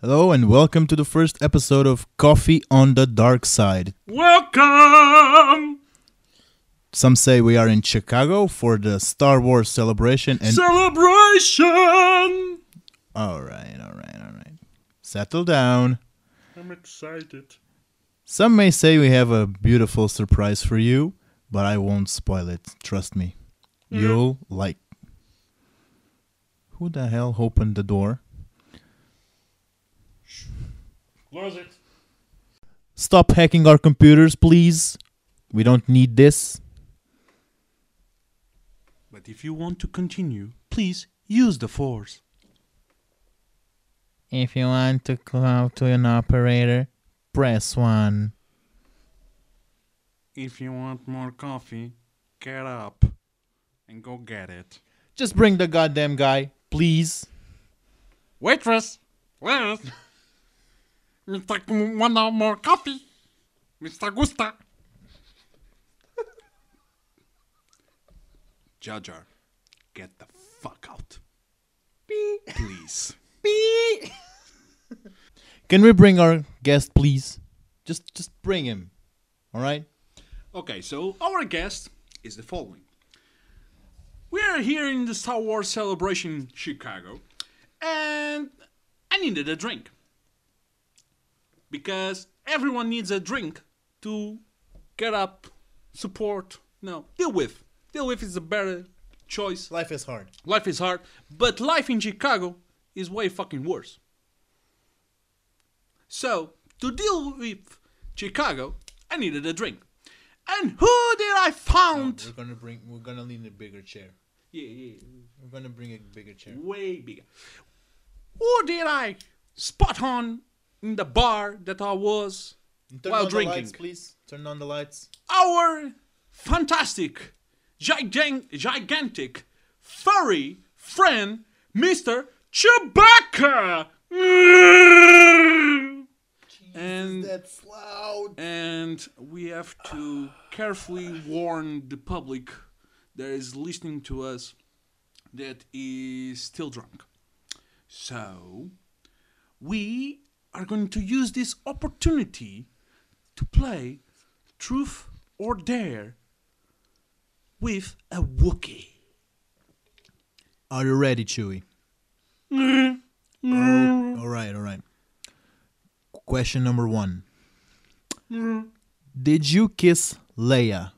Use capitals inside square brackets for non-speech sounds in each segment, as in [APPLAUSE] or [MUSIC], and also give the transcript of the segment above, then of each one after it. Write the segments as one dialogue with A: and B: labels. A: Hello and welcome to the first episode of Coffee on the Dark Side.
B: Welcome,
A: Some say we are in Chicago for the Star Wars celebration and
B: celebration.
A: All right, all right, all right. Settle down.
B: I'm excited.
A: Some may say we have a beautiful surprise for you, but I won't spoil it. Trust me. You'll like. Who the hell opened the door?
B: Close it.
A: Stop hacking our computers, please. We don't need this.
B: But if you want to continue, please use the force.
A: If you want to go out to an operator, press 1.
B: If you want more coffee, get up and go get it.
A: Just bring the goddamn guy, please.
B: Waitress, please. Mr. K- One hour more coffee. Mr. Gusta. Jar Jar, get the fuck out. Please.
A: Can we bring our guest, please? Just just bring him. All right?
B: Okay, so our guest is the following. We are here in the Star Wars celebration in Chicago, and I needed a drink. Because everyone needs a drink to get up, support, no, deal with. Deal with is a better choice.
A: Life is hard.
B: Life is hard, but life in Chicago is way fucking worse. So, to deal with Chicago, I needed a drink. And who did I found?
A: We're gonna bring we're gonna need a bigger chair.
B: Yeah, yeah,
A: We're gonna bring a bigger chair.
B: way bigger. Who did I spot on in the bar that I was
A: Turn
B: while
A: on
B: drinking?
A: the lights, please. Turn on the lights.
B: our fantastic, gigan- gigantic, furry friend, Mr. Chewbacca! And,
A: That's loud.
B: and we have to carefully warn the public that is listening to us that is still drunk. So, we are going to use this opportunity to play Truth or Dare with a Wookiee.
A: Are you ready, [LAUGHS] Chewy? Oh, all right, all right. Question number [LAUGHS] one. Did you kiss Leia?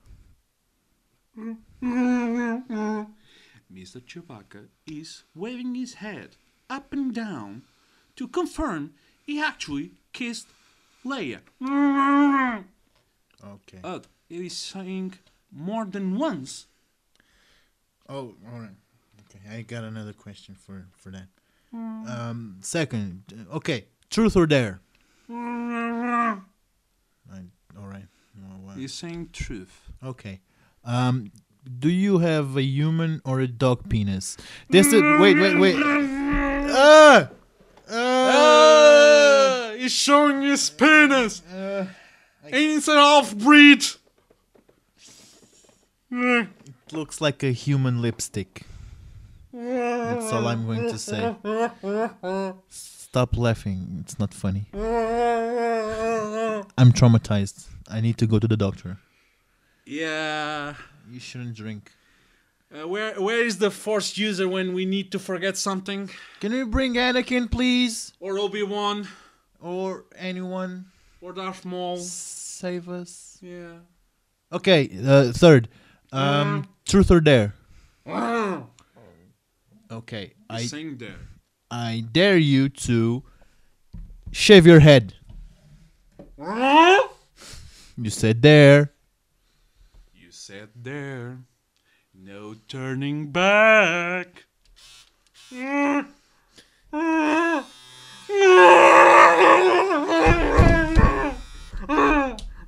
B: Mr. Chewbacca is waving his head up and down to confirm he actually kissed Leia.
A: Okay.
B: But he is saying more than once.
A: Oh, all right. Okay, I got another question for for that. Um, second, okay, truth or dare? I, all right. Oh, wow.
B: He's saying truth.
A: Okay. Um, do you have a human or a dog penis? This is wait, wait, wait. Ah! Ah!
B: Uh, he's showing his penis! Uh, and it's an off breed!
A: It looks like a human lipstick. That's all I'm going to say. Stop laughing. It's not funny. I'm traumatized. I need to go to the doctor.
B: Yeah.
A: You shouldn't drink.
B: Uh, where where is the force user when we need to forget something?
A: Can we bring Anakin, please?
B: Or Obi Wan?
A: Or anyone?
B: Or Darth Maul?
A: Save us.
B: Yeah.
A: Okay, uh, third. Um, truth or dare? Okay, I,
B: Sing there.
A: I dare you to shave your head. You said dare.
B: You said there. No turning back.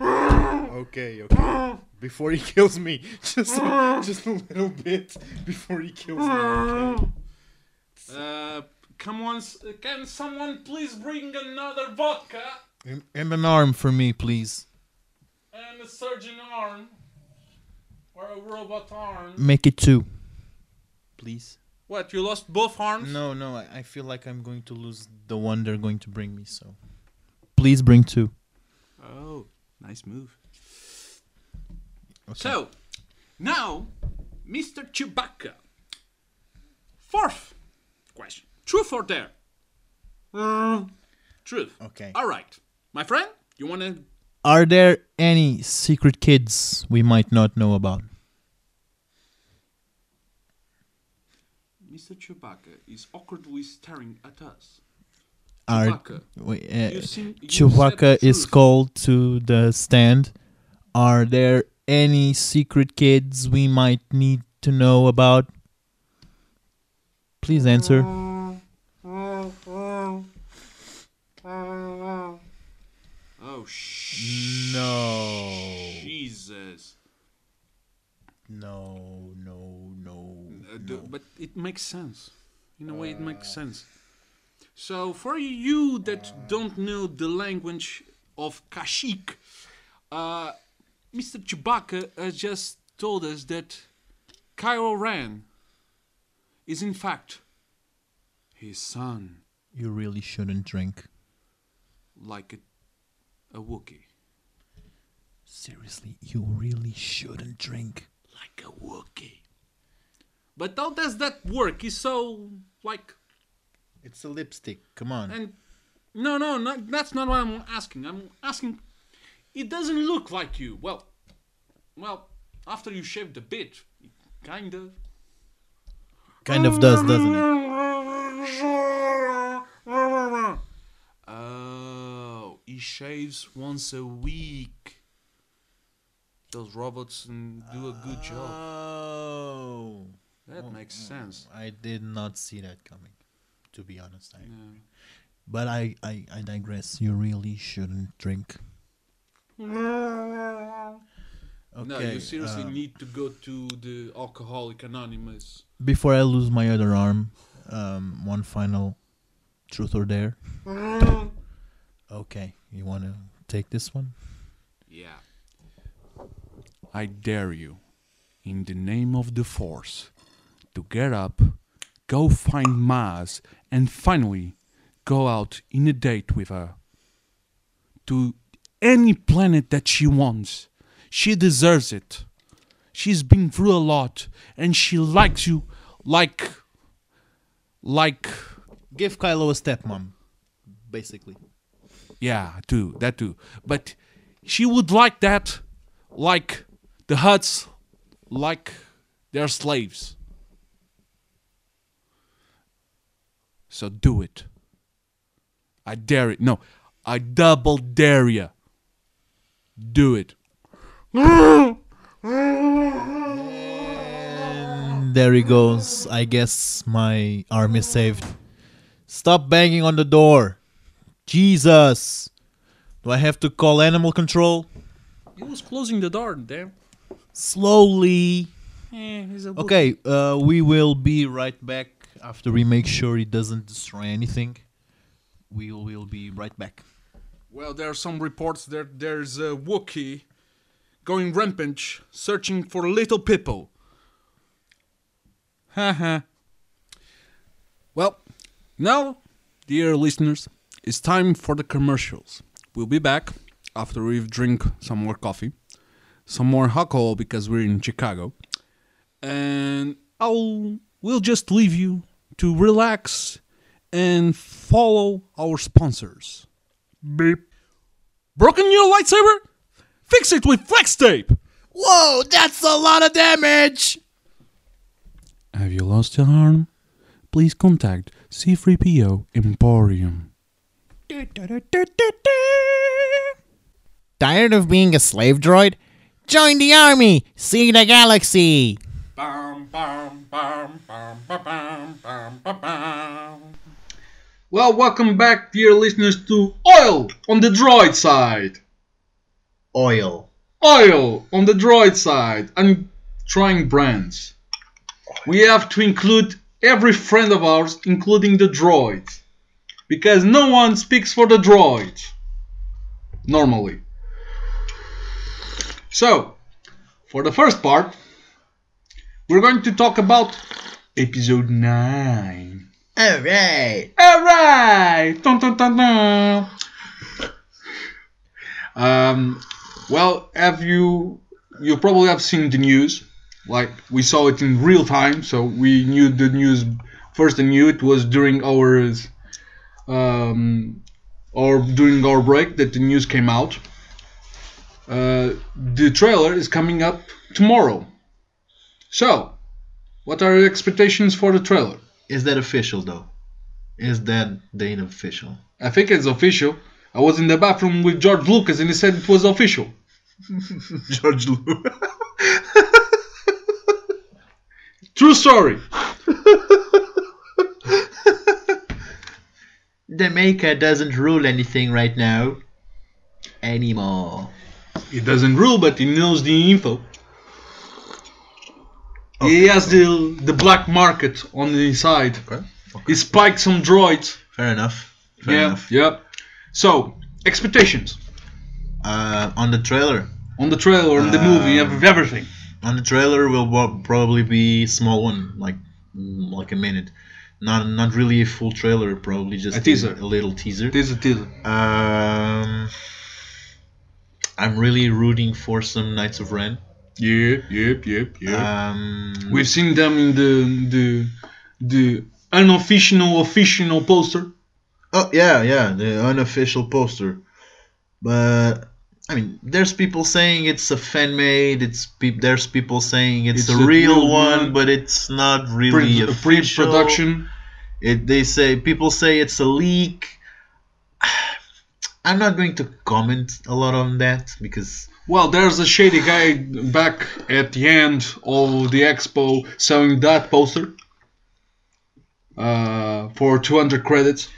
A: Okay, okay. Before he kills me, [LAUGHS] just just a little bit before he kills me.
B: Uh, come on, s- can someone please bring another vodka
A: And, and an arm for me, please.
B: and a surgeon arm? Or a robot arm?
A: Make it two, please.
B: What? You lost both arms?
A: No, no, I, I feel like I'm going to lose the one they're going to bring me, so. Please bring two.
B: Oh, nice move.
A: Okay.
B: So, now, Mr. Chewbacca. Fourth question. Truth or dare? Mm, Truth.
A: Okay.
B: All right. My friend, you want to.
A: Are there any secret kids we might not know about?
B: Mr. Chewbacca is awkwardly staring at us.
A: Are,
B: Chewbacca.
A: Wait, uh,
B: You seem- you
A: Chewbacca
B: said the
A: is
B: truth.
A: called to the stand. Are there any secret kids we might need to know about? Please answer.
B: Oh, sh-
A: No.
B: Jesus.
A: No, no, no.
B: Uh, d- But it makes sense. In a way, it makes sense. So, for you that don't know the language of Kashyyyk, uh, Mr. Chewbacca has just told us that Kylo Ren is, in fact, his son,
A: You really shouldn't drink.
B: like a, a Wookiee.
A: Seriously, you really shouldn't drink.
B: Like a Wookiee. But how does that work? He's so, like,
A: It's a lipstick. Come on.
B: And no, no, no, that's not what I'm asking. I'm asking. It doesn't look like you. Well, well, after you shaved a bit, it kinda.
A: kind of does, doesn't it?
B: Oh, he shaves once a week. Those robots and do a good job.
A: Oh.
B: That makes
A: [LAUGHS]
B: sense.
A: I did not see that coming, to be honest. I,
B: Yeah.
A: But I, I, I digress. You really shouldn't drink. Okay.
B: no, you seriously
A: um,
B: need to go to the Alcoholic Anonymous.
A: Before I lose my other arm, um, one final truth or
B: [LAUGHS]
A: dare. Okay, you want to take this one?
B: Yeah. I dare you, in the name of the Force, to get up, go find Mars, and finally go out in a date with her. To any planet that she wants. She deserves it. She's been through a lot, and she likes you like. like.
A: Give Kylo a stepmom, basically.
B: Yeah, too. That too. But she would like that, like the huts, like their slaves. So do it. I dare it. No, I double dare you. Do it.
A: And there he goes. I guess my arm is saved. Stop banging on the door. Jesus. Do I have to call animal control?
B: He was closing the door, damn.
A: Slowly.
B: Eh, he's a book.
A: Okay, uh, we will be right back after we make sure it doesn't destroy anything. We will be right back.
B: Well, there are some reports that there's a Wookiee going rampant searching for little people. Haha. well, now, dear listeners, it's time for the commercials. We'll be back after we've drink some more coffee, some more alcohol because we're in Chicago. And I'll we'll just leave you to relax and follow our sponsors. Beep. Broken your lightsaber? Fix it with flex tape!
A: Whoa, that's a lot of damage!
B: Have you lost your arm? Please contact C3PO Emporium.
A: Tired of being a slave droid? Join the army! See the galaxy!
B: Well, welcome back, dear listeners, to Oil on the Droid Side.
A: Oil.
B: Oil on the Droid Side. I'm trying brands. We have to include every friend of ours, including the droids. Because no one speaks for the droids. Normally. So, for the first part, we're going to talk about episode 9.
A: All right.
B: Alright! Dun, dun, dun, dun. Um, well, have you. You probably have seen the news. Like, we saw it in real time, so we knew the news. First, I knew it was during our. Um, or during our break that the news came out. Uh, the trailer is coming up tomorrow. So, what are your expectations for the trailer?
A: Is that official though? Is that date official?
B: I think it's official. I was in the bathroom with George Lucas and he said it was official.
A: [LAUGHS] George Lucas.
B: [LAUGHS] True story.
A: the maker doesn't rule anything right now. Anymore.
B: He doesn't rule, but he knows the info. He has the, the black market on the inside.
A: Okay.
B: He spiked some droids.
A: Fair enough. Fair
B: yeah,
A: enough.
B: yeah. So, expectations
A: Uh, on the trailer.
B: on the trailer, on the
A: Ah.
B: movie, ev- everything.
A: On the trailer will wa- probably be small one, like mm, like a minute. Not not really a full trailer, probably just
B: A teaser.
A: a little teaser.
B: It is a teaser.
A: Um, I'm really rooting for some Knights of Ren.
B: Yep, yep, yep, yep.
A: Um,
B: Mm-hmm. We've seen them in the the the unofficial official poster.
A: oh yeah, yeah, the unofficial poster. But I mean, there's people saying it's a fan made. It's peop there's people saying it's,
B: It's
A: a,
B: a
A: real,
B: real
A: one,
B: one.
A: but it's not really
B: Pre-
A: a
B: pre-production.
A: It, they say people say it's a leak. [SIGHS] I'm not going to comment a lot on that because
B: Well, there's a shady guy back at the end of the expo selling that poster uh, for 200 credits.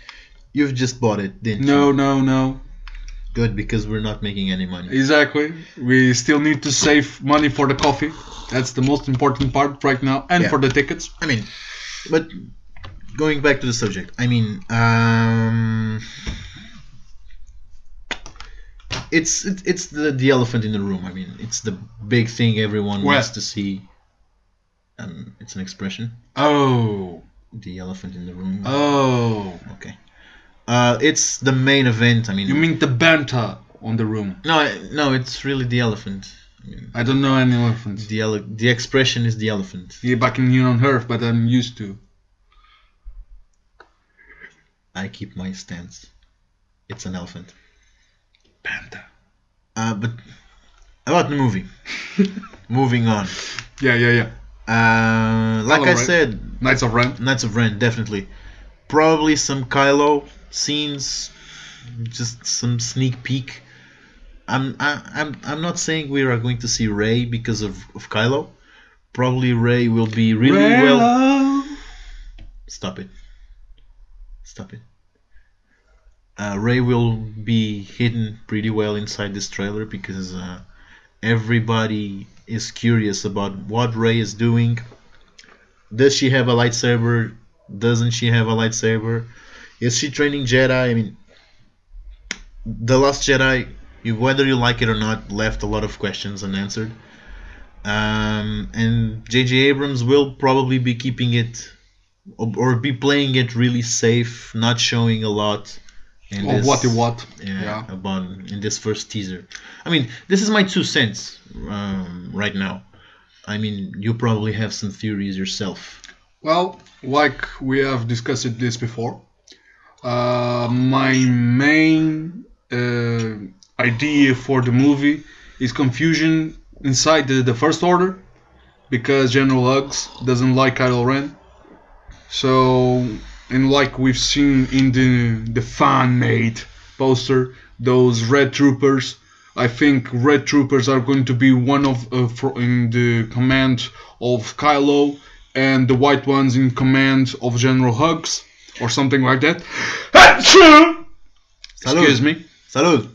A: you've just bought it, didn't you?
B: No, no, no.
A: Good because we're not making any money.
B: Exactly. We still need to save money for the coffee. That's the most important part right now, and
A: Yeah.
B: for the tickets.
A: I mean, but going back to the subject, I mean, um, it's it, it's the the elephant in the room. I mean, it's the big thing everyone
B: Well-
A: wants to see. Um, it's an expression.
B: Oh,
A: The elephant in the room.
B: oh.
A: okay. Uh, it's the main event. I mean,
B: You mean the banter on the room?
A: no, I- no, it's really the elephant. I mean,
B: I don't know any elephants.
A: the ele- the expression is the elephant.
B: Yeah, back in here on Earth, but I'm used to.
A: I keep my stance. It's an elephant.
B: Banter.
A: Uh, but about the movie. Moving on.
B: Yeah, yeah, yeah.
A: Uh, like I
B: Alright.
A: said,
B: Knights of Ren.
A: Knights of Ren definitely. Probably some Kylo scenes, just some sneak peek. I'm I, I'm I'm not saying we are going to see Ray because of, of Kylo. Probably Ray will be really well.
B: Raylo.
A: Stop it. Stop it. Uh, Ray will be hidden pretty well inside this trailer because uh, everybody is curious about what Ray is doing. Does she have a lightsaber? Doesn't she have a lightsaber? Is she training Jedi? I mean, The Last Jedi, you, whether you like it or not, left a lot of questions unanswered. Um, and J.J. Abrams will probably be keeping it or, or be playing it really safe, not showing a lot. in
B: Or
A: this-
B: oh, what the what?
A: yeah,
B: Yeah.
A: about in this first teaser. I mean, this is my two cents um, right now. I mean, you probably have some theories yourself.
B: Well, like we have discussed this before, uh, my main uh, idea for the movie is confusion inside the, the First Order because General Hux doesn't like Kylo Ren. So, and like we've seen in the, the fan made poster, those Red Troopers. I think Red Troopers are going to be one of uh, fro- in the command of Kylo, and the White ones in command of General Hux, or something like that. [LAUGHS] Excuse me,
A: Salud.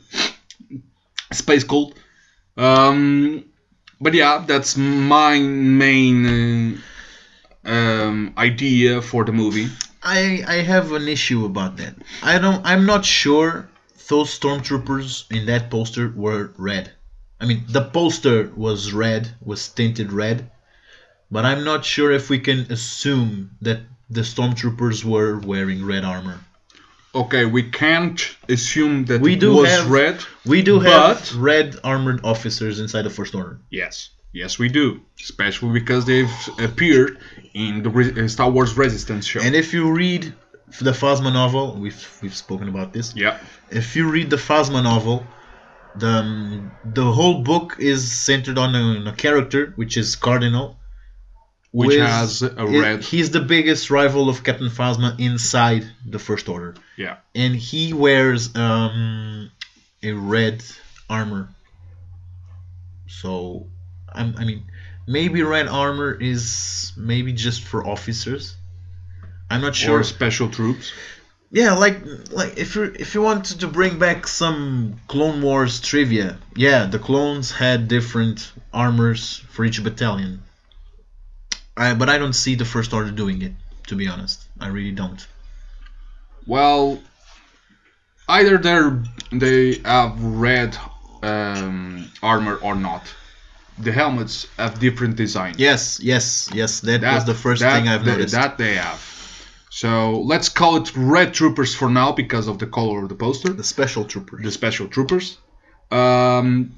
B: space cold. Um, but yeah, that's my main uh, um, idea for the movie.
A: I I have an issue about that. I don't. I'm not sure those stormtroopers in that poster were red. I mean, the poster was red, was tinted red, But I'm not sure if we can assume that the stormtroopers were wearing red armor.
B: Okay, we can't assume that
A: We
B: it
A: do
B: was
A: have-
B: red.
A: We do
B: But-
A: have red armored officers inside the First Order.
B: Yes, yes, we do. Especially because they've appeared in the Re- uh, Star Wars Resistance show.
A: And if you read the Phasma novel, we've we've spoken about this.
B: yeah,
A: If you read the Phasma novel, the um, the whole book is centered on a, on a character which is Cardinal,
B: which
A: with-
B: has a
A: he-
B: red.
A: He's the biggest rival of Captain Phasma inside the First Order,
B: yeah,
A: and he wears um, a red armor. So, I'm, I mean, maybe red armor is maybe just for officers. I'm not sure.
B: or special troops.
A: Yeah, like like if you if you wanted to bring back some Clone Wars trivia, yeah, the clones had different armors for each battalion. I but I don't see the First Order doing it. To be honest, I really don't.
B: Well, either they're they have red um, armor or not. The helmets have different design.
A: Yes, yes, yes. That, was the first
B: that-
A: thing I've
B: that-
A: noticed.
B: That they have. So let's call it red troopers for now because of the color of the poster.
A: the special troopers.
B: the special troopers. Um,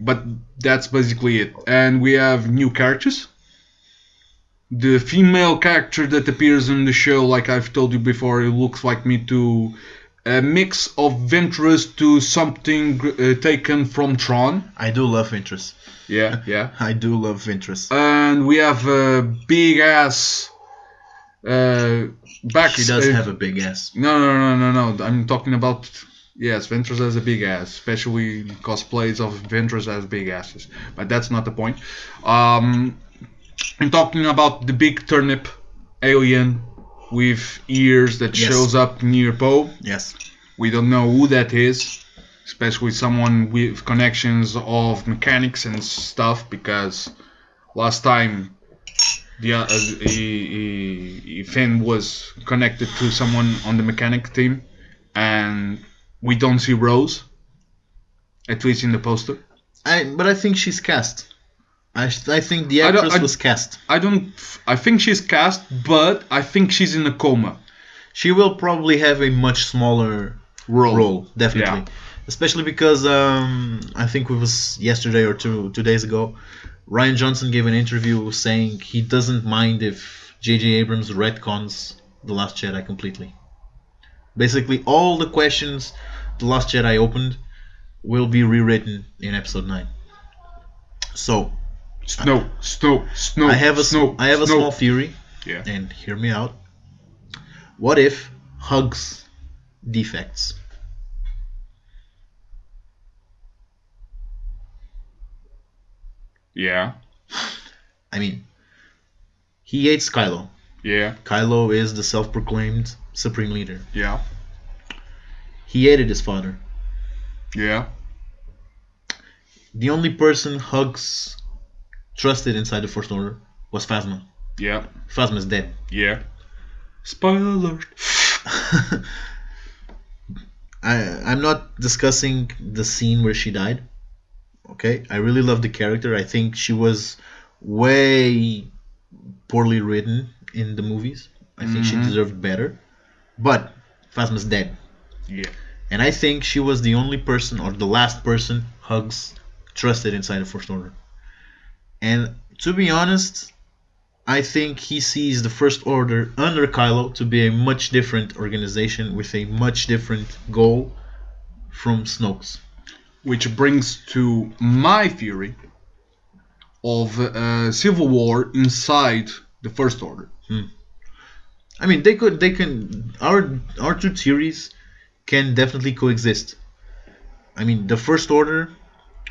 B: but that's basically it. And we have new characters. The female character that appears in the show, like I've told you before, it looks like me to a mix of Ventress to something uh, taken from Tron.
A: I do love Ventress.
B: Yeah, [LAUGHS] yeah.
A: I do love Ventress.
B: And we have a big ass. Uh, back.
A: she does
B: uh,
A: have a big ass.
B: no, no, no, no, no. I'm talking about yes, Ventress has a big ass, especially cosplays of Ventress as big asses. But that's not the point. Um, I'm talking about the big turnip alien with ears that
A: Yes.
B: shows up near Poe.
A: Yes.
B: We don't know who that is, especially someone with connections of mechanics and stuff, because last time the uh, he, he, Finn was connected to someone on the mechanic team, and we don't see Rose, at least in the poster.
A: I but I think she's cast. I, I think the
B: I don't-
A: actress
B: I-
A: was cast.
B: I don't. I think she's cast, but I think she's in a coma.
A: She will probably have a much smaller
B: Role.
A: role, definitely.
B: Yeah.
A: Especially because um, I think it was yesterday or two two days ago, Ryan Johnson gave an interview saying he doesn't mind if J.J. Abrams retcons The Last Jedi completely. Basically, all the questions The Last Jedi opened will be rewritten in Episode Nine. So
B: Snow, snow, snow.
A: I have a s-
B: snow.
A: I have a
B: snow.
A: small theory
B: Yeah.
A: and hear me out. What if hugs defects?
B: Yeah.
A: I mean, he hates Kylo.
B: Yeah.
A: Kylo is the self proclaimed supreme leader.
B: Yeah.
A: He hated his father.
B: Yeah.
A: The only person Hugs trusted inside the First Order was Phasma.
B: Yeah.
A: Phasma's dead.
B: Yeah. Spoiler alert.
A: [LAUGHS] I, I'm not discussing the scene where she died. Okay? I really love the character. I think she was way poorly written in the movies. I think she deserved better. But Phasma's dead.
B: Yeah.
A: And I think she was the only person or the last person Hugs trusted inside the First Order. And to be honest, I think he sees the First Order under Kylo to be a much different organization with a much different goal from Snoke's.
B: Which brings to my theory of uh, civil war inside the First Order.
A: I mean, they could, they can, our our two theories can definitely coexist. I mean, the First Order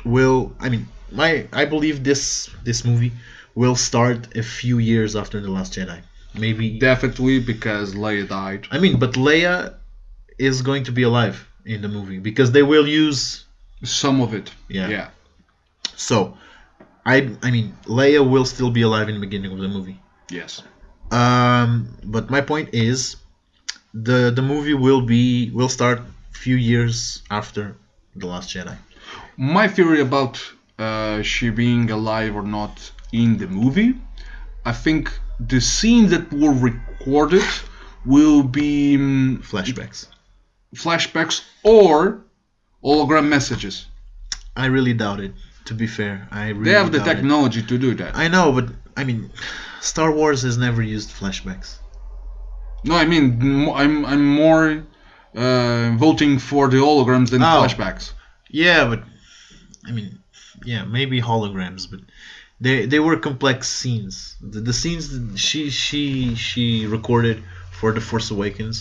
A: will. I mean, my I believe this this movie will start a few years after the Last Jedi. Maybe.
B: Definitely because Leia died.
A: I mean, but Leia is going to be alive in the movie because they will use.
B: Some of it.
A: Yeah.
B: Yeah.
A: So, I I mean, Leia will still be alive in the beginning of the movie.
B: Yes.
A: Um, but my point is, the the movie will be will start few years after the Last Jedi.
B: My theory about uh, she being alive or not in the movie I think the scenes that were recorded will be mm,
A: Flashbacks.
B: flashbacks or hologram messages.
A: I really doubt it. To be fair, I really
B: They have the
A: doubt it.
B: technology to do that.
A: I know, but I mean, Star Wars has never used flashbacks.
B: No, I mean m- I'm I'm more uh, voting for the holograms than
A: Oh.
B: flashbacks.
A: Yeah, but I mean, yeah, maybe holograms, but they they were complex scenes. The, the scenes that she she she recorded for The Force Awakens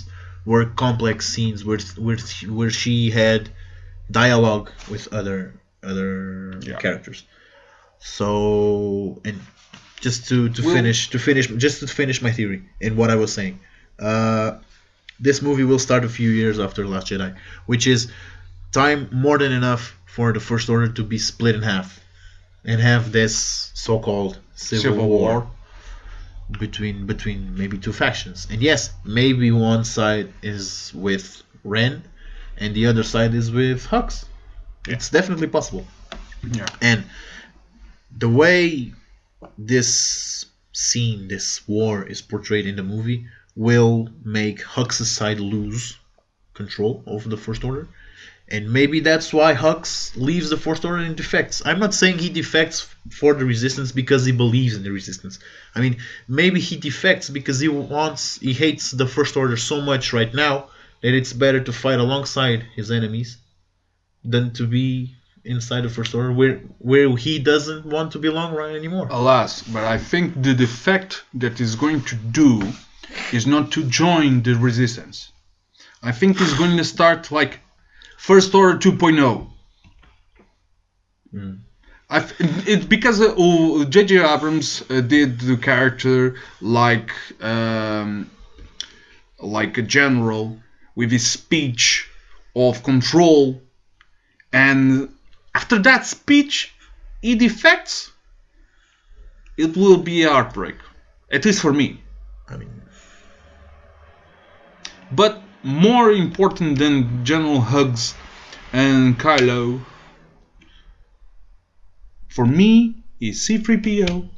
A: were complex scenes where where she- where she had dialogue with other other
B: Yeah.
A: characters. So and just to to
B: Will-
A: finish to finish just to finish my theory and what I was saying. Uh, this movie will start a few years after Last Jedi, which is time more than enough for the First Order to be split in half and have this so-called civil, war, between between maybe two factions. And yes, maybe one side is with Ren and the other side is with Hux. It's definitely possible.
B: Yeah.
A: And the way this scene, this war is portrayed in the movie will make Hux's side lose control over the First Order. And maybe that's why Hux leaves the First Order and defects. I'm not saying he defects for the Resistance because he believes in the Resistance. I mean, maybe he defects because he wants, he hates the First Order so much right now that it's better to fight alongside his enemies than to be inside the First Order where where he doesn't want to belong right anymore.
B: Alas, but I think the defect that he's going to do is not to join the resistance. I think he's going to start like First Order 2.0.
A: Mm.
B: I th- it's because uh, oh, J.J. Abrams uh, did the character like um, like a general with his speech of control, and after that speech, he defects. It will be a heartbreak, at least for me.
A: I mean,
B: But more important than General Hugs and Kylo, for me, is C3PO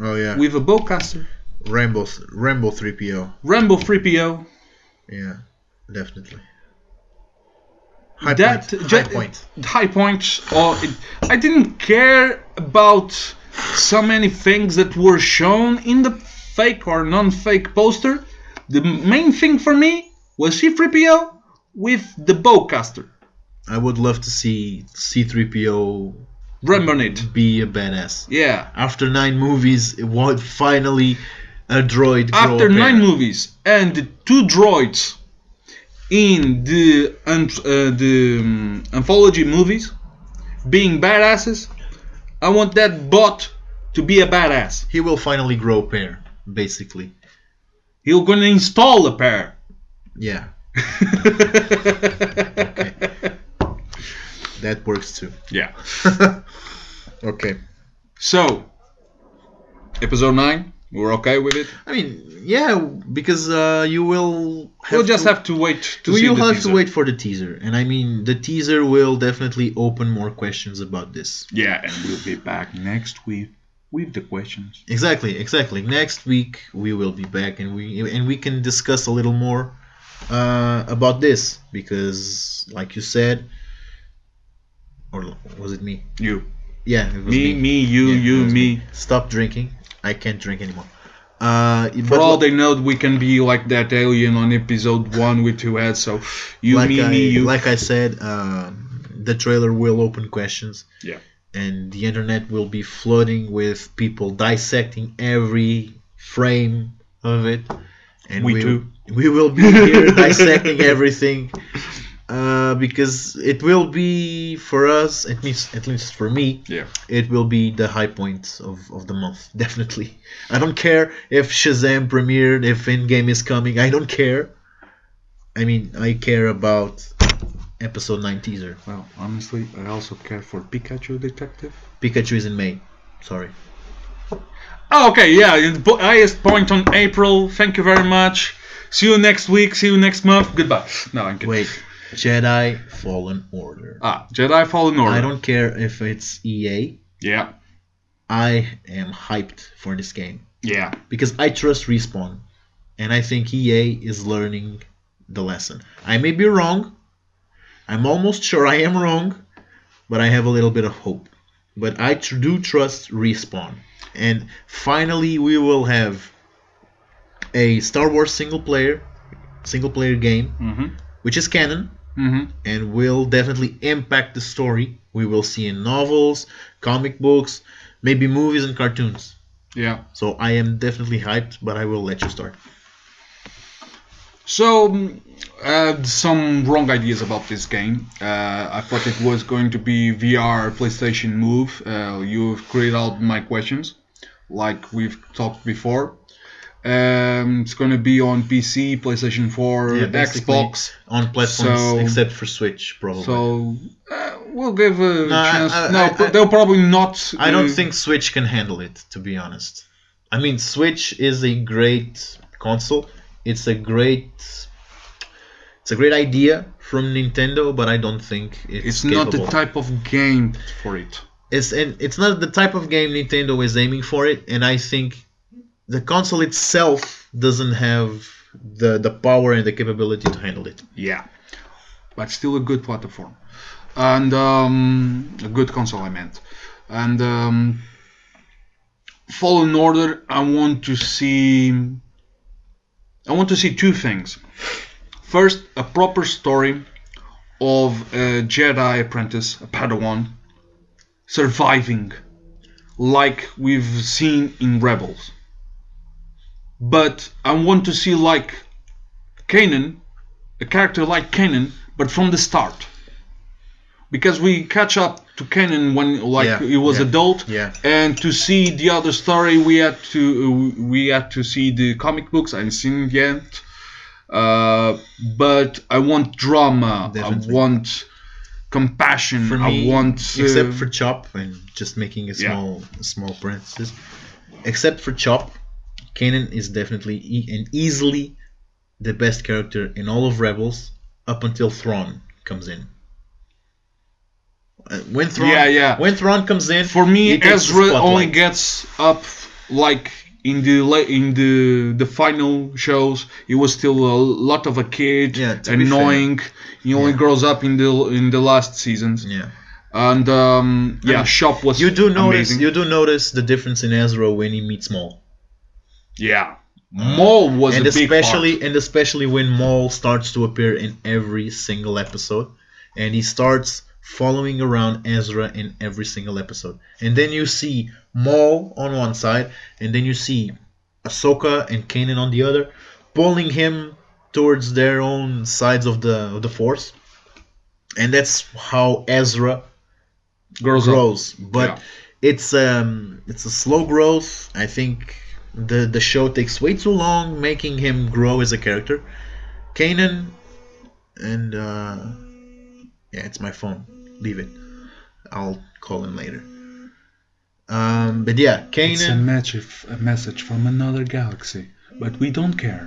A: oh yeah,
B: with a bowcaster,
A: Rambo, Rambo three PO.
B: Rambo 3PO.
A: Yeah, definitely. High
B: That-
A: point.
B: ju-
A: high point.
B: high points or it, I didn't care about so many things that were shown in the fake or non-fake poster. The main thing for me was C3PO with the bowcaster.
A: I would love to see C three PO
B: Remember it.
A: be a badass.
B: Yeah.
A: After nine movies, it wa- finally a droid. grow
B: After
A: a pair.
B: nine movies and the two droids in the ant- uh, the um, anthology movies being badasses, I want that bot to be a badass.
A: he will finally grow a pair. Basically,
B: He'll gonna install a
A: [LAUGHS]
B: pair.
A: yeah, that works too. [LAUGHS]
B: yeah.
A: Okay.
B: So, episode nine, we're okay with it.
A: I mean, yeah, because uh, you will. Have
B: we'll just
A: to-
B: have to wait to see
A: you'll
B: the
A: have
B: teaser.
A: to wait for the teaser, and I mean, the teaser will definitely open more questions about this.
B: Yeah, and we'll be back next week with the questions.
A: Exactly, exactly. Next week we will be back, and we and we can discuss a little more uh, about this because, like you said, or was it me?
B: You,
A: Yeah, it was
B: me,
A: me.
B: me, you,
A: Yeah, it
B: you,
A: was
B: me.
A: Stop drinking. I can't drink anymore. Uh,
B: For
A: but
B: all they know, we can be like that alien on episode one with two heads. So, you,
A: like
B: me,
A: I,
B: me, you.
A: Like I said, um, the trailer will open questions.
B: Yeah.
A: And the internet will be flooding with people dissecting every frame of it. And
B: We
A: will-
B: too.
A: We will be here dissecting everything. Uh, because it will be for us, at least at least for me,
B: yeah.
A: it will be the high point of, of the month, [LAUGHS] definitely. I don't care if Shazam premiered, if Endgame is coming, I don't care. I mean, I care about episode 9 teaser.
B: Well, honestly, I also care for Pikachu Detective.
A: Pikachu is in May. Sorry.
B: Oh, okay, yeah, it's po- highest point on April. Thank you very much. See you next week. See you next month. Goodbye. No, I'm kidding.
A: Wait, Jedi Fallen Order.
B: Ah, Jedi Fallen Order.
A: I don't care if it's EA.
B: Yeah.
A: E I am hyped for this game
B: Yeah.
A: because I trust Respawn, and I think EA is learning the lesson. I may be wrong. I'm almost sure I am wrong, but I have a little bit of hope. But I tr- do trust Respawn, and finally we will have a Star Wars single player, single player game,
B: Mhm.
A: which is canon
B: Mhm.
A: and will definitely impact the story. We will see in novels, comic books, maybe movies and cartoons.
B: Yeah.
A: So I am definitely hyped, but I will let you start.
B: So, mm, uh, some wrong ideas about this game. Uh, I thought it was going to be VR PlayStation Move. Uh, you've cleared out my questions, like we've talked before. Um, it's going to be on PC, PlayStation 4,
A: Yeah, basically
B: Xbox.
A: on platforms
B: So-
A: except for Switch, probably.
B: So uh, we'll give a
A: No, I-
B: chance.
A: I-
B: no,
A: I- I-
B: they'll probably not.
A: I don't
B: uh,
A: think Switch can handle it, to be honest. I mean, Switch is a great console. It's a great, it's a great idea from Nintendo, but I don't think it's,
B: it's not the
A: capable.
B: type of game for it.
A: it's and it's not the type of game Nintendo is aiming for it, and I think the console itself doesn't have the the power and the capability to handle it.
B: Yeah, but still a good platform and um, a good console, I meant. And um, Fallen Order, I want to see. I want to see two things. First, a proper story of a Jedi apprentice, a Padawan, surviving, like we've seen in Rebels. But I want to see like Kanan a character like Kanan, but from the start. Because we catch up to Kanan when like
A: Yeah,
B: he was
A: yeah,
B: adult,
A: yeah.
B: and to see the other story, we had to uh, we had to see the comic books. I haven't seen it yet, uh, but I want drama.
A: Definitely.
B: I want compassion.
A: for me,
B: I want uh,
A: except for Chop and just making a
B: Yeah.
A: small small parenthesis. Except for Chop, Kanan is definitely e- and easily the best character in all of Rebels up until Thrawn comes in. Uh, When Thrawn,
B: Yeah, yeah.
A: When Thrawn comes in,
B: For me,
A: he takes the
B: Ezra
A: spotlight.
B: only gets up like in the la- in the the final shows. He was still a lot of a kid,
A: Yeah, to be
B: annoying. He only grows up in the in the last seasons.
A: Yeah,
B: And um, yeah,
A: mean,
B: Shop was
A: you do notice
B: amazing.
A: you do notice the difference in Ezra when he meets Maul,
B: yeah, Maul was
A: and
B: a big
A: especially
B: part.
A: and especially when Maul starts to appear in every single episode, and he starts following around Ezra in every single episode, and then you see Maul on one side, and then you see Ahsoka and Kanan on the other, pulling him towards their own sides of the of the Force, and that's how Ezra
B: Girls up.
A: grows, but it's um it's a slow growth. I think the the show takes way too long making him grow as a character. Kanan and uh yeah, it's my phone. Leave it. I'll call him later. Um but yeah,
B: It's a
A: Kanan
B: message, a message from another galaxy, but we don't care.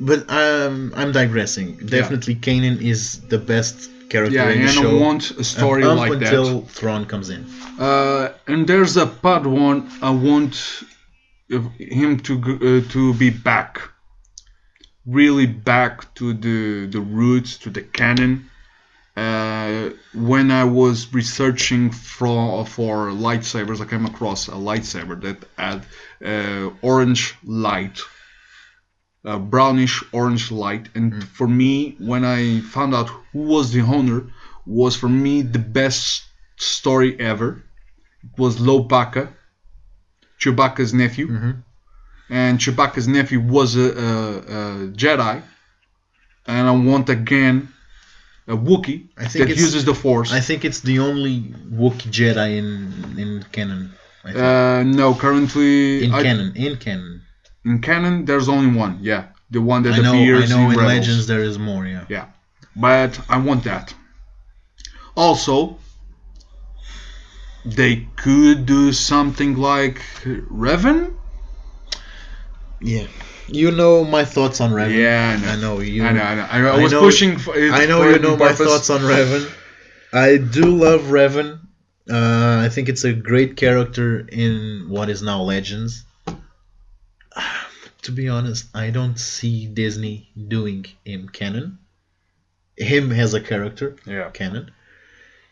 A: but um I'm digressing. Definitely Kanan is the best character
B: Yeah,
A: in the
B: and I
A: show.
B: want a story
A: up
B: like that.
A: until Thrawn comes in.
B: Uh, and there's a part one I want uh, him to go- uh, to be back, really back to the the roots, to the canon. Uh, when I was researching for for lightsabers, I came across a lightsaber that had uh, orange light, uh, brownish orange light, and for me, when I found out who was the owner, was for me the best story ever was Lopaka, Chewbacca's nephew,
A: Mm-hmm.
B: and Chewbacca's nephew was a, a, a Jedi, and I want again a Wookiee
A: I think
B: that
A: it's-
B: uses the Force.
A: I think it's the only Wookiee Jedi in in canon. I think.
B: uh, no, currently
A: in
B: I-
A: canon, in canon.
B: in canon, there's only one. Yeah, the one that
A: I know, I
B: appears
A: know. In,
B: in, Rebels.
A: Legends, there is more. Yeah.
B: Yeah, but I want that. Also, they could do something like Revan.
A: Yeah. You know my thoughts on Revan.
B: Yeah, I know.
A: I know you.
B: I know, I know. I, know. I
A: I
B: was
A: know-
B: pushing for it.
A: I know
B: for
A: you
B: it on
A: know my
B: purpose.
A: thoughts on Revan. I do love Revan. Uh, I think it's a great character in what is now Legends. to be honest, I don't see Disney doing him canon. Him as a character
B: Yeah.
A: canon.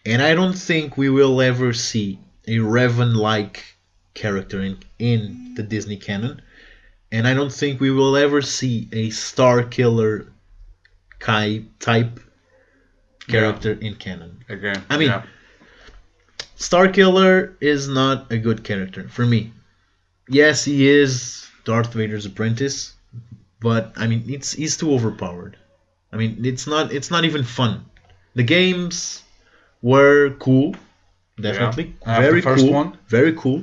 A: And I don't think we will ever see a Revan like character in, in the Disney canon. And I don't think we will ever see a Star Killer Kai type character in canon.
B: Okay.
A: I mean,
B: yeah.
A: Star Killer is not a good character for me. Yes, he is Darth Vader's apprentice, but I mean, it's he's too overpowered. I mean, it's not it's not even fun. The games were cool, definitely
B: I have the
A: very
B: first
A: cool,
B: one.
A: very cool.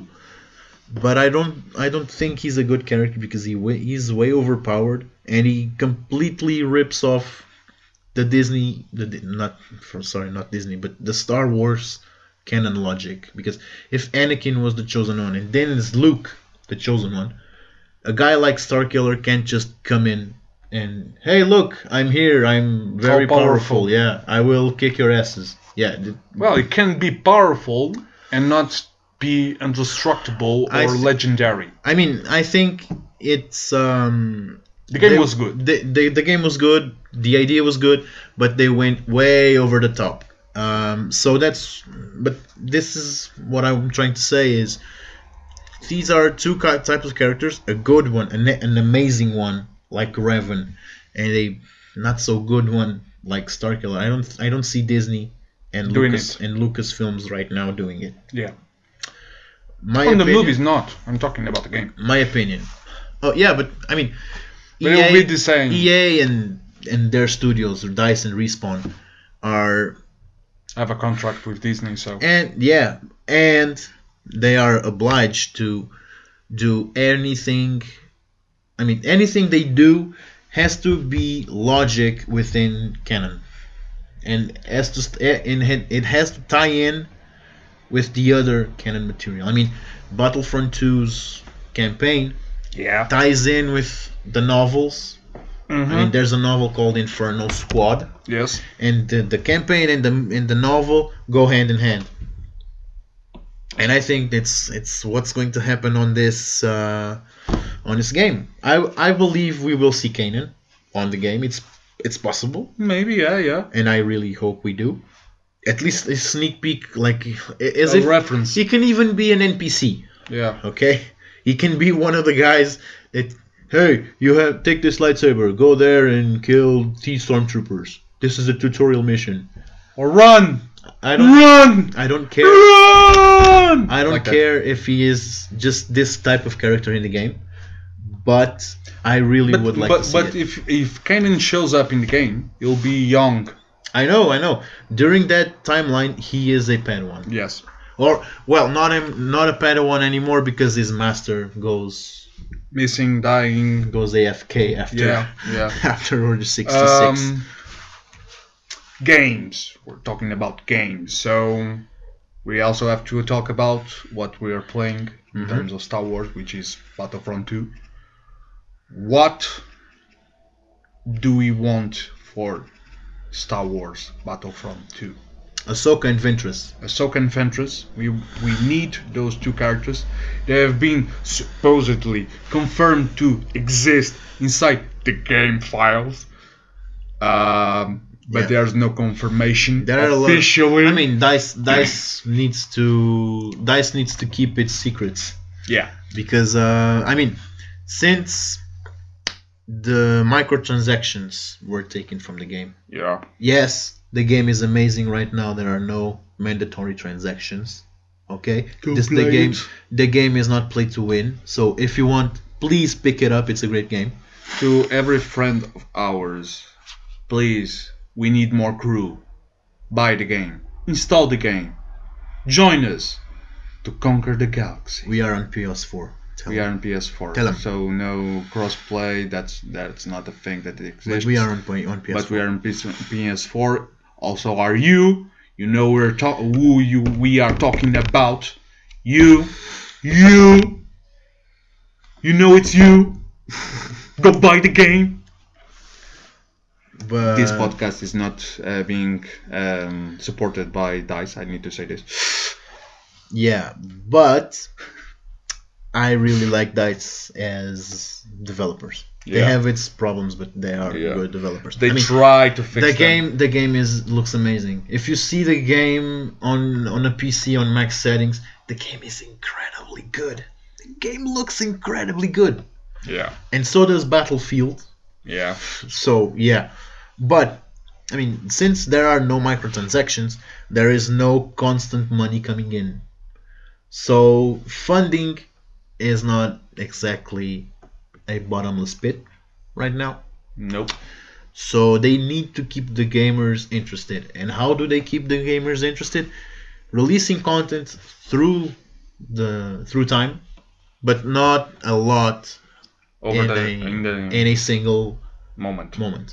A: But I don't I don't think he's a good character because he way, he's way overpowered and he completely rips off the Disney the Di- not for, sorry not Disney but the Star Wars canon logic because if Anakin was the chosen one and then it's Luke the chosen one, a guy like Starkiller can't just come in and hey look I'm here I'm very
B: powerful."
A: powerful yeah I will kick your asses yeah th-
B: well, it can be powerful and not be indestructible
A: I
B: or
A: see.
B: legendary.
A: I mean I think it's um
B: The game
A: they-
B: was good.
A: The, the, the game was good. The idea was good, but they went way over the top. Um, so that's. But this is what I'm trying to say is, these are two ki- types of characters: a good one, an, an amazing one like Revan, and a not so good one like Starkiller. I don't I don't see Disney and
B: Doing
A: Lucas and Lucasfilms right now doing it.
B: Yeah.
A: My
B: From the
A: opinion-
B: movies, not. I'm talking about the game.
A: My opinion. Oh yeah, but I mean, E
B: But it will be the same.
A: EA and and their studios or Dice and Respawn are
B: I have a contract with Disney, so
A: and yeah and they are obliged to do anything I mean anything they do has to be logic within canon and has to st- eh, and ha- it has to tie in with the other canon material. I mean Battlefront 2's campaign
B: yeah. Mm-hmm.
A: ties in with the novels. I
B: Uh-huh.
A: mean there's a novel called Inferno Squad
B: Yes.
A: and the, the campaign and the and the novel go hand in hand. And I think that's it's what's going to happen on this uh, on this game. I I believe we will see Kanan on the game. It's it's possible,
B: Maybe. Yeah. Yeah.
A: and I really hope we do. At least a sneak peek, like as
B: A
A: if
B: reference.
A: he can even be an NPC.
B: Yeah.
A: Okay, he can be one of the guys that hey, you have take this lightsaber, go there and kill T stormtroopers. This is a tutorial mission.
B: Or run,
A: I don't
B: run,
A: I don't care.
B: run.
A: I don't
B: Like that.
A: care if he is just this type of character in the game, but I really
B: But,
A: would like
B: but,
A: to see
B: but
A: it.
B: if if Kanan shows up in the game, he'll be young.
A: I know, I know. During that timeline, he is a Padawan,
B: Yes.
A: or well, not a, not a Padawan anymore because his master goes
B: Missing, dying.
A: goes AFK after
B: Yeah. Yeah.
A: [LAUGHS] after Order sixty six.
B: Um, games. We're talking about games, so we also have to talk about what we are playing in terms of Star Wars, which is Battlefront 2. What do we want for Star Wars Battlefront 2?
A: Ahsoka and Ventress.
B: Ahsoka and Ventress. We we need those two characters. They have been supposedly confirmed to exist inside the game files, um, but
A: Yeah.
B: there's no confirmation
A: There are a lot.
B: officially.
A: I mean, Dice Dice needs to Dice needs to keep its secrets.
B: yeah,
A: because uh, I mean, since the microtransactions were taken from the game,
B: yeah,
A: yes, the game is amazing right now. There are no mandatory transactions. Okay,
B: Go
A: this the
B: play
A: game.
B: it.
A: The game is not play to win. So if you want, please pick it up. It's a great game.
B: to every friend of ours, please, we need more crew. Buy the game, install the game, join us to conquer the galaxy.
A: We are on PS4. Tell
B: We
A: them.
B: are on PS4,
A: Tell 'em.
B: so no crossplay. That's that's not a thing that
A: But
B: exists.
A: we are on, play- on PS4.
B: but we are on PS- PS4. Also, are you? You know we're ta- who you we are talking about. You, you, you know
A: [LAUGHS]
B: it's you. Go buy the game.
A: But
B: this uh, podcast is not uh, being um, supported by Dice. I need to say this.
A: Yeah, but I really like Dice as developers. They
B: Yeah.
A: have its problems, but they are
B: Yeah.
A: good developers.
B: They
A: I mean,
B: try to fix
A: the
B: them.
A: game the game is looks amazing. If you see the game on on a PC on max settings, the game is incredibly good. The game looks incredibly good.
B: Yeah,
A: And so does Battlefield.
B: yeah,
A: So yeah, but I mean, since there are no microtransactions, there is no constant money coming in. So funding is not exactly a bottomless pit right now.
B: nope.
A: So they need to keep the gamers interested. And how do they keep the gamers interested? Releasing content through the through time, but not a lot
B: Over
A: in
B: the,
A: a,
B: in the
A: in a single
B: moment.
A: moment.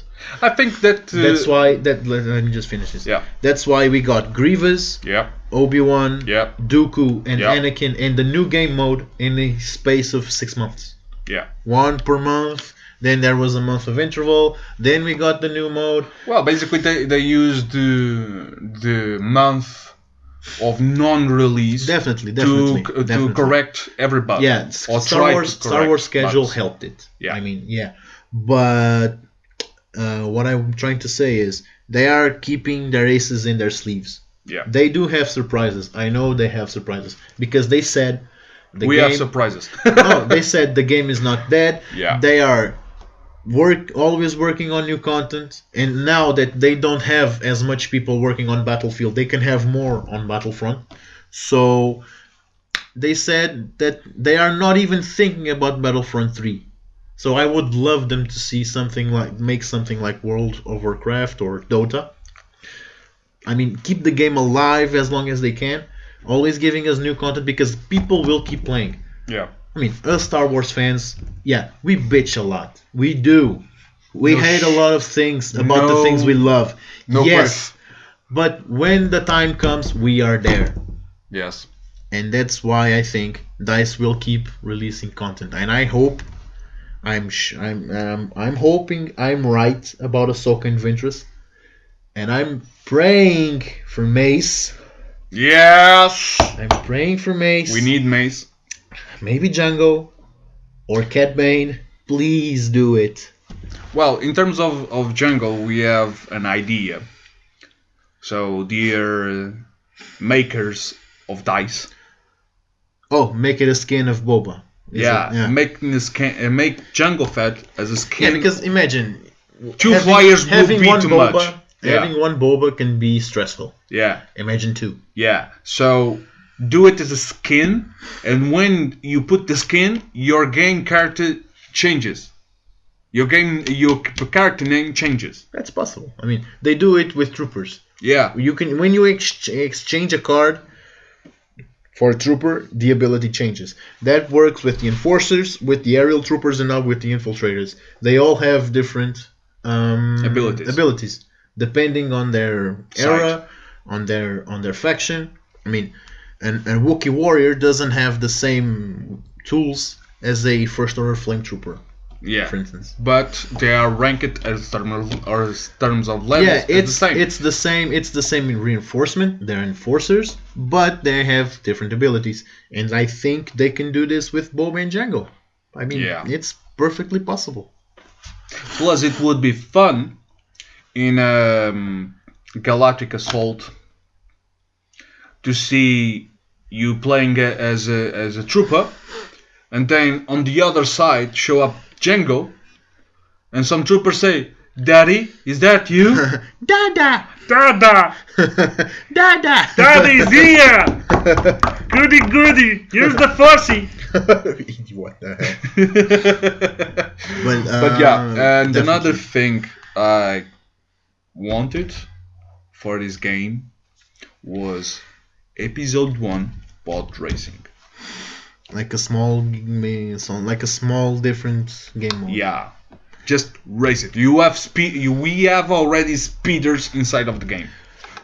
B: I think that. Uh,
A: That's why that let, let me just finish this.
B: Yeah.
A: That's why we got Grievous,
B: Yeah,
A: Obi Wan,
B: yeah,
A: Dooku, and
B: Yeah.
A: Anakin in the new game mode in a space of six months.
B: yeah.
A: One per month. Then there was a month of interval. Then we got the new mode.
B: Well, basically, they, they used the, the month of non release to,
A: Definitely, definitely,
B: uh, to
A: definitely.
B: correct everybody.
A: Yeah, s-
B: or try
A: Star
B: to
A: Wars Star
B: correct
A: Wars schedule
B: bugs.
A: helped it.
B: Yeah.
A: I mean, yeah, but uh, what I'm trying to say is they are keeping their aces in their sleeves.
B: Yeah.
A: They do have surprises. I know they have surprises because they said the
B: we
A: game.
B: have surprises.
A: [LAUGHS]
B: [LAUGHS]
A: no, they said the game is not dead.
B: Yeah.
A: They are work always working on new content, and now that they don't have as much people working on Battlefield, they can have more on Battlefront. So they said that they are not even thinking about Battlefront 3. So I would love them to see something like make something like World of Warcraft or Dota. I mean, keep the game alive as long as they can, always giving us new content because people will keep playing.
B: yeah,
A: I mean, us Star Wars fans, yeah, we bitch a lot. We do. We
B: No
A: hate a
B: sh-
A: lot of things about the
B: no-
A: things we love.
B: no
A: yes. But when the time comes, we are there.
B: yes.
A: And that's why I think Dice will keep releasing content. And I hope I'm sh- I'm um, I'm hoping I'm right about Ahsoka and Ventress. And I'm praying for Mace.
B: Yes!
A: I'm praying for Mace.
B: We need Mace.
A: maybe Django or Cat Bane. Please do it.
B: Well, in terms of, of Django, we have an idea. So, dear uh, makers of dice,
A: Oh, make it a skin of Boba. Is
B: yeah,
A: it? yeah.
B: making this can, uh, make Django Fett as a skin.
A: Yeah, because imagine
B: two
A: having-
B: flyers would
A: having
B: be
A: one
B: too
A: Boba,
B: much. Yeah.
A: Having one Boba can be stressful.
B: yeah,
A: Imagine two.
B: yeah. So do it as a skin, and when you put the skin, your game character changes. Your game, your c- character name changes.
A: That's possible. I mean, they do it with troopers.
B: Yeah,
A: You can when you ex- exchange a card for a trooper, the ability changes. That works with the enforcers, with the aerial troopers, and now with the infiltrators. They all have different um,
B: Abilities.
A: abilities depending on their
B: Side.
A: era, on their on their faction. I mean, an, a Wookiee warrior doesn't have the same tools as a first order flame trooper,
B: yeah.
A: for instance.
B: But they are ranked as terms or as terms of levels.
A: yeah,
B: as the
A: it's
B: same.
A: it's the same. It's the same in reinforcement. They're enforcers, but they have different abilities, and I think they can do this with Boba and Django. I mean,
B: Yeah.
A: it's perfectly possible.
B: Plus, it would be fun in um, Galactic Assault to see you playing a, as a as a trooper, and then on the other side show up Django, and some troopers say, "Daddy, is that you?"
A: [LAUGHS] Dada,
B: Dada,
A: Dada, [LAUGHS]
B: [LAUGHS] here. Goody, goody. Here's the fussy.
A: what the hell?
B: [LAUGHS] but
A: But,
B: yeah, and another
A: definitely.
B: thing I wanted for this game was episode one pod racing.
A: like a small game, so- like a small different game mode.
B: Yeah, just race it. You have speed. You, we have already speeders inside of the game,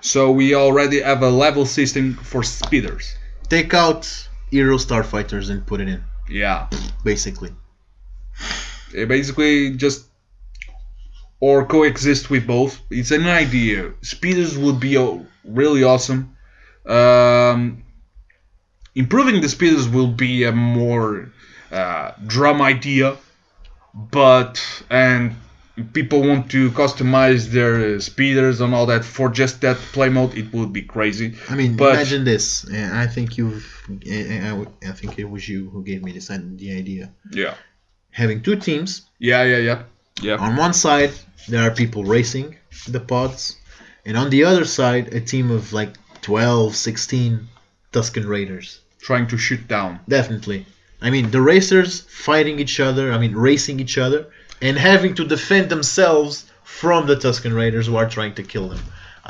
B: so we already have a level system for speeders.
A: Take out Hero Starfighters and put it in,
B: Yeah,
A: basically.
B: Eh, basically just or coexist with both. It's an idea. Speeders would be oh, really awesome. uh, Um, improving the speeders will be a more uh, drum idea, but and people want to customize their speeders and all that for just that play mode. It would be crazy.
A: I mean,
B: But-
A: imagine this. And I think you've. And I, would- I think it was you who gave me this the idea.
B: Yeah.
A: Having two teams.
B: Yeah. Yeah. Yeah.
A: On one side, there are people racing the pods, and on the other side, a team of like 12, 16 Tuscan Raiders.
B: Trying to shoot down.
A: Definitely. I mean, the racers fighting each other, I mean, racing each other, and having to defend themselves from the Tuscan Raiders who are trying to kill them.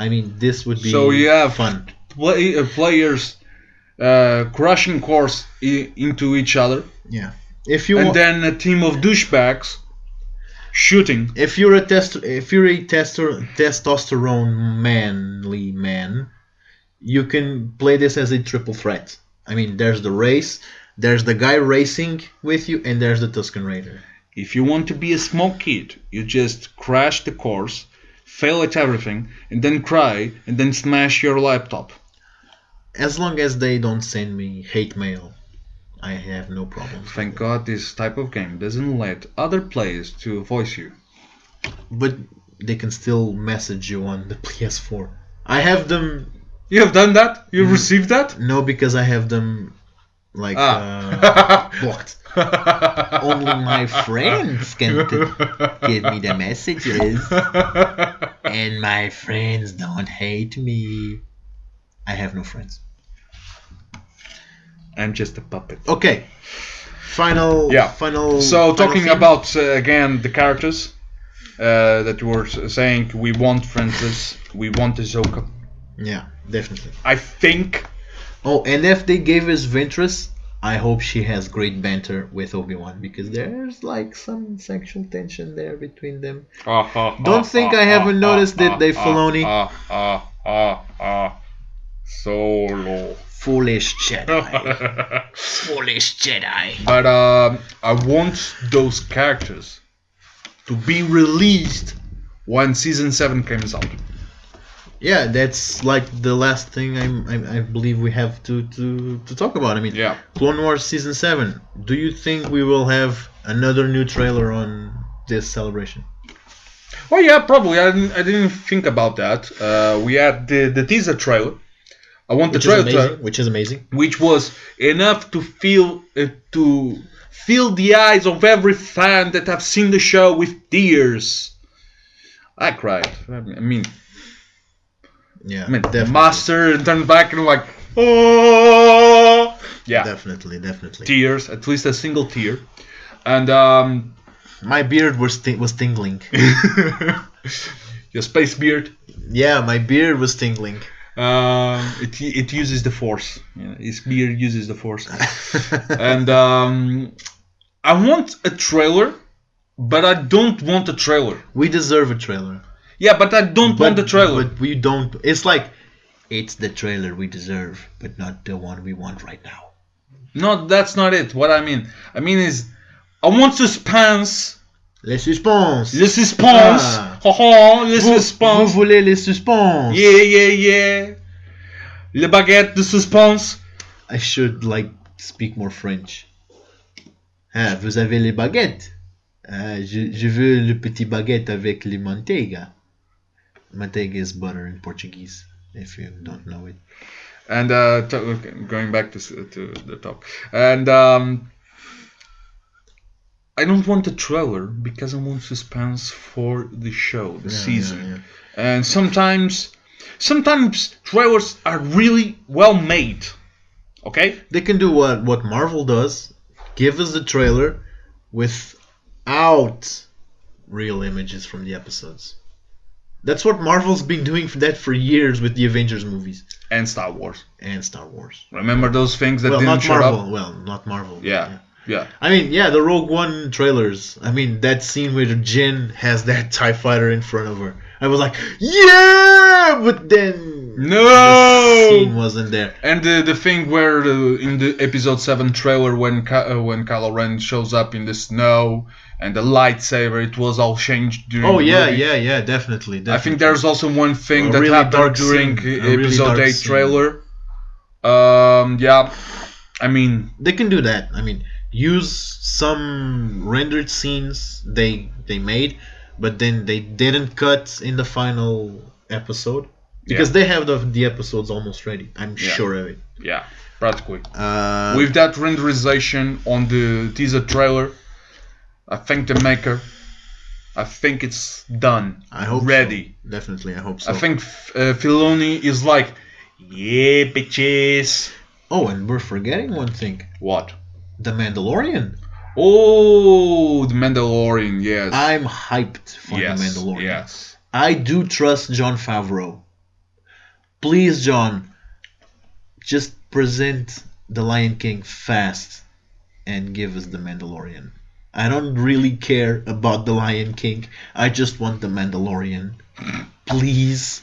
A: I mean, this would be
B: So you have-
A: fun.
B: Play uh, players uh, crushing course I- into each other,
A: Yeah. If you
B: and
A: wa-
B: then a team of douchebags shooting.
A: if you're a test if you're a tester testosterone manly man you can play this as a triple threat i mean there's the race there's the guy racing with you and there's the tuscan raider
B: If you want to be a small kid, you just crash the course, fail at everything, and then cry, and then smash your laptop.
A: as long as they don't send me hate mail i have no problem
B: Thank God this type of game doesn't let other players to voice you.
A: but they can still message you on the [LAUGHS] ps4 i have them
B: You have done that?
A: Mm.
B: You've received that?
A: no because i have them like uh, [LAUGHS]
B: Ah.
A: blocked only my friends can t- give me
B: [LAUGHS]
A: the messages and my friends don't hate me i have no friends
B: I'm just a puppet.
A: okay final
B: Yeah.
A: final
B: So
A: final
B: talking
A: thing.
B: about uh, again the characters uh, that you were s- saying, we want Francis, we want Ahsoka.
A: yeah definitely
B: I think
A: oh and if they gave us ventress i hope she has great banter with obi-wan because there's like some sexual tension there between them
B: Don't
A: think I haven't noticed it, Dave Filoni.
B: Solo.
A: foolish
B: [LAUGHS]
A: jedi foolish jedi
B: but um, I want those characters to be released when season seven comes out.
A: yeah that's like the last thing I'm, I, I believe we have to, to to talk about i mean
B: Yeah.
A: clone wars season 7 do you think we will have another new trailer on this celebration
B: Well, yeah, probably. I didn't, I didn't think about that. Uh, we had the, the teaser trailer. I want
A: which
B: the
A: is
B: trailer,
A: amazing which is amazing
B: which was enough to feel uh, to fill the eyes of every fan that have seen the show with tears. I cried. I mean,
A: yeah
B: I mean,
A: definitely,
B: master turned back and like, oh, yeah,
A: definitely definitely
B: tears. At least a single tear. And
A: [LAUGHS]
B: um,
A: my beard was ti- was
B: [LAUGHS]
A: tingling
B: your space beard.
A: yeah my beard was tingling
B: Um, it it uses the force. Yeah, his beard uses the force. and [LAUGHS] um, I want a trailer, but I don't want a trailer.
A: we deserve a trailer
B: Yeah, but I don't want the trailer.
A: but we don't it's like it's the trailer we deserve but not the one we want right now
B: No, that's not it. What I mean, I mean is, I want suspense.
A: les suspens
B: The suspense.
A: Ah.
B: Oh, the
A: Vous- Vous
B: suspense.
A: voulez les suspens?
B: Yeah, yeah, yeah. Le baguette, the suspense.
A: I should like speak more French. Ah, vous avez les baguettes. Ah, je, je veux le petit baguette avec les manteiga. Manteiga is butter in Portuguese, if you don't know it.
B: And uh, to- okay, going back to, s- to the top, and um, I don't want a trailer because I want suspense for the show, the season.
A: yeah.
B: And sometimes, sometimes trailers are really well made. Okay,
A: They can do what what Marvel does. Give us the trailer without real images from the episodes. That's what Marvel's been doing for that for years with the Avengers movies
B: and Star Wars.
A: and Star Wars.
B: Remember those things that
A: well,
B: didn't
A: not
B: show
A: Marvel.
B: up?
A: Well, not Marvel.
B: Yeah, yeah,
A: I mean, yeah, the Rogue One trailers. I mean, that scene where Jin has that [LAUGHS] Tie Fighter in front of her. I was like, yeah, but then the scene
B: No.
A: wasn't there.
B: And the, the thing where the, in the episode seven trailer when Ka- uh, when Kylo Ren shows up in the snow and the lightsaber, it was all changed during.
A: Oh
B: the
A: yeah,
B: movie.
A: yeah, yeah, definitely. definitely.
B: Mm, I think there's also one thing
A: A
B: that
A: really
B: happened
A: dark
B: during
A: scene, a really
B: episode
A: dark
B: eight
A: scene.
B: trailer. Um, yeah, I mean,
A: they can do that. I mean, use some rendered scenes they they made, but then they didn't cut in the final episode because they have the, the episodes almost ready. I'm sure of it.
B: yeah, practically.
A: Uh,
B: With that renderization on the teaser trailer, I thank the maker. I think it's done.
A: I hope so.
B: ready.
A: Definitely, I hope so.
B: I think uh, Filoni is like, yeah, bitches.
A: Oh, and we're forgetting one thing:
B: What?
A: The Mandalorian.
B: Oh, the Mandalorian. Yes.
A: I'm hyped for
B: yes.
A: The Mandalorian.
B: Yes.
A: I do trust John Favreau. Please, John, just present The Lion King fast and give us The Mandalorian. I don't really care about The Lion King. I just want The Mandalorian. Please.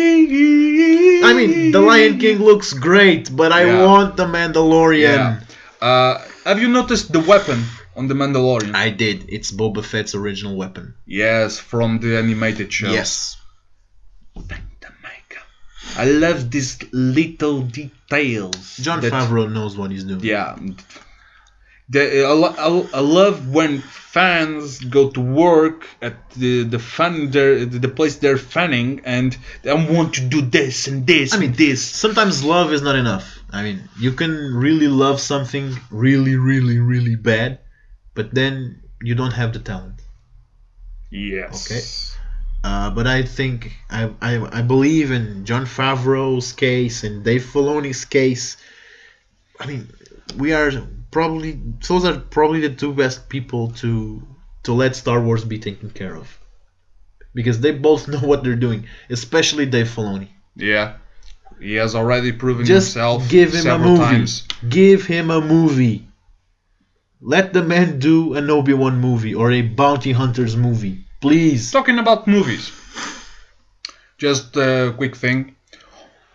A: I mean, The Lion King looks great, but I
B: Yeah.
A: want The Mandalorian.
B: Yeah. Uh, have you noticed the weapon on the Mandalorian?
A: I did. It's Boba Fett's original weapon.
B: yes, from the animated show.
A: Yes.
B: Thank the maker. I love these little details.
A: John
B: that-
A: Favreau knows what he's doing.
B: Yeah. The, I, lo- I, lo- I love when fans go to work at the the fan their, the place they're fanning and they want to do this and this
A: I mean,
B: and this.
A: sometimes love is not enough. I mean, you can really love something really, really, really bad, but then you don't have the talent.
B: Yes.
A: Uh, but I think I, I I believe in John Favreau's case and Dave Filoni's case. I mean, we are probably those are probably the two best people to to let Star Wars be taken care of, because they both [LAUGHS] know what they're doing, especially Dave Filoni.
B: Yeah. He has already proven
A: Just
B: himself
A: give him a
B: several
A: movie.
B: times.
A: Give him a movie. Let the man do an Obi Wan movie or a Bounty Hunters movie, please.
B: Talking about movies, just a quick thing.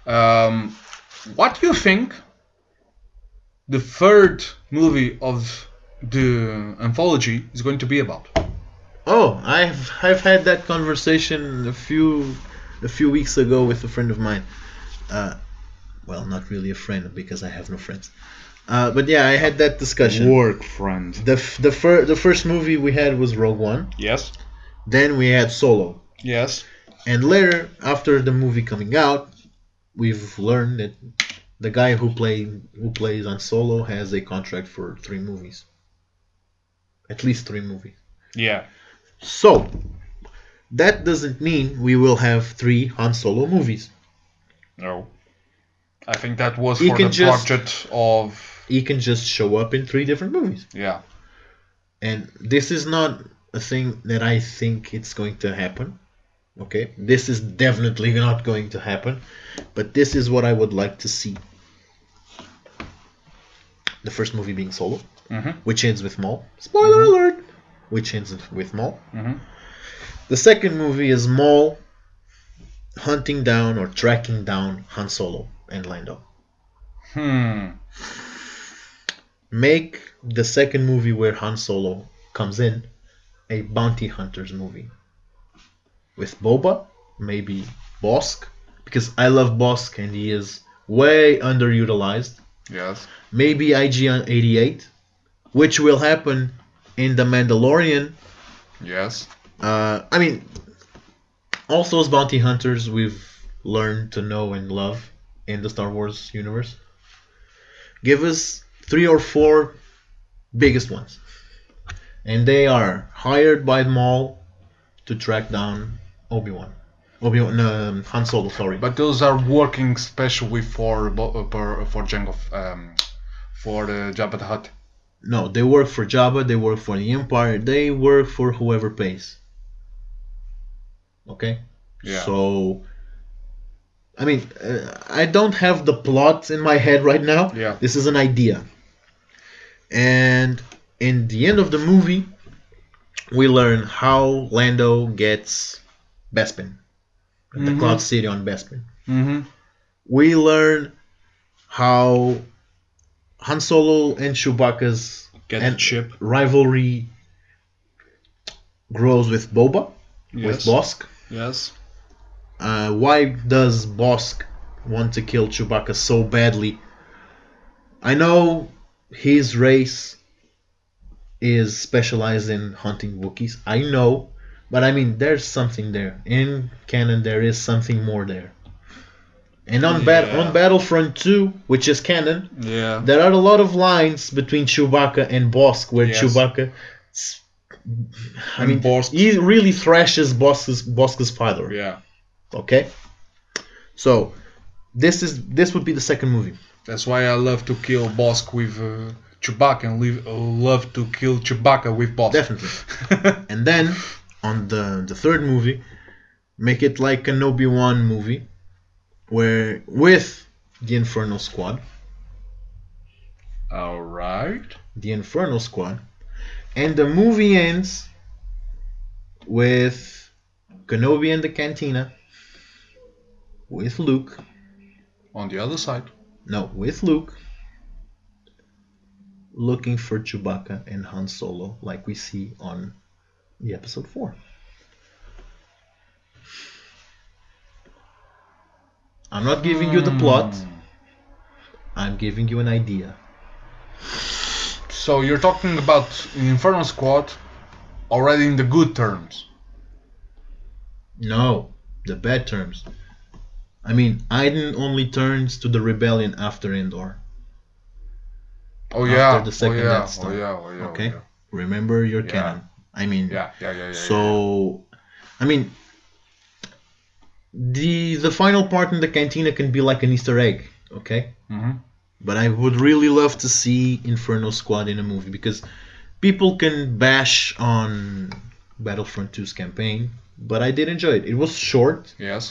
B: Um, what do you think the third movie of the anthology is going to be about?
A: Oh, I've I've had that conversation a few a few weeks ago with a friend of mine. Uh, well, not really a friend because I have no friends. Uh, but yeah, I had that discussion.
B: Work, friend.
A: The f- the fir- the first movie we had was Rogue One.
B: Yes.
A: Then we had Solo.
B: Yes.
A: And later, after the movie coming out, we've learned that the guy who played who plays on Solo has a contract for three movies. At least three movies.
B: Yeah.
A: So that doesn't mean we will have three Han Solo movies.
B: No. I think that was
A: He
B: for
A: can
B: the
A: just-
B: project of
A: He can just show up in three different movies.
B: yeah.
A: And this is not a thing that I think it's going to happen. Okay? This is definitely not going to happen. But this is what I would like to see. The first movie being solo,
B: Mhm.
A: which ends with Maul. Spoiler
B: Mm-hmm.
A: alert! Which ends with Maul.
B: Mhm.
A: The second movie is Maul hunting down or tracking down Han Solo and Lando.
B: Hmm.
A: Make the second movie where Han Solo comes in a bounty hunters movie with Boba, maybe Bosk, because I love Bosk and he is way underutilized.
B: Yes.
A: Maybe IG 88, which will happen in The Mandalorian
B: Yes.
A: uh, I mean, all those bounty hunters we've learned to know and love in the Star Wars universe. Give us three or four biggest ones, and they are hired by Maul to track down Obi Wan. Obi Wan, um, Han Solo, sorry.
B: But those are working specially for bo- for, for Jango, um, for the Jabba the Hutt.
A: no, they work for Jabba. They work for the Empire. They work for whoever pays. Okay.
B: Yeah.
A: So, I mean, uh, I don't have the plot in my head right now.
B: Yeah.
A: This is an idea. And in the end of the movie, we learn how Lando gets Bespin, the
B: Mhm.
A: Cloud City on Bespin.
B: Mm-hmm.
A: We learn how Han Solo and Chewbacca's
B: Get
A: and
B: the chip.
A: rivalry grows with Boba, with
B: Yes.
A: Bosk
B: Yes.
A: uh, why does Bosk want to kill Chewbacca so badly I know his race is specialized in hunting Wookiees. I know, but I mean, there's something there in canon. There is something more there. And on bat
B: Yeah.
A: on Battlefront 2, which is canon,
B: Yeah.
A: there are a lot of lines between Chewbacca and Bosk where
B: Yes.
A: Chewbacca, s- I
B: And
A: mean,
B: Bosk.
A: he really thrashes Bosk's Bosk's father.
B: Yeah.
A: Okay, so this is this would be the second movie.
B: That's why I love to kill Bosk with uh, Chewbacca and leave, love to kill Chewbacca with Bosk.
A: Definitely. and then on the the third movie, make it like an Obi Wan movie, where with the Inferno Squad,
B: [LAUGHS] All right.
A: the Inferno Squad, and the movie ends with Kenobi in the cantina, with Luke.
B: On the other side.
A: No, with Luke. Looking for Chewbacca and Han Solo, like we see on the episode four. I'm not giving you the plot.
B: Hmm.
A: I'm giving you an idea.
B: So you're talking about Inferno Squad already in the good terms.
A: No, the bad terms. I mean, Aiden only turns to the rebellion after Endor.
B: Oh
A: After
B: yeah.
A: the second
B: oh, yeah.
A: Death Star.
B: Oh yeah. Oh yeah.
A: Okay.
B: Oh,
A: Remember your
B: Yeah.
A: canon. I mean,
B: yeah. Yeah. Yeah. Yeah. yeah,
A: So, I mean, the the final part in the cantina can be like an Easter egg, okay?
B: yeah. Mhm.
A: But I would really love to see Inferno Squad in a movie because people can bash on Battlefront 2's campaign, but I did enjoy it. It was short,
B: Yes.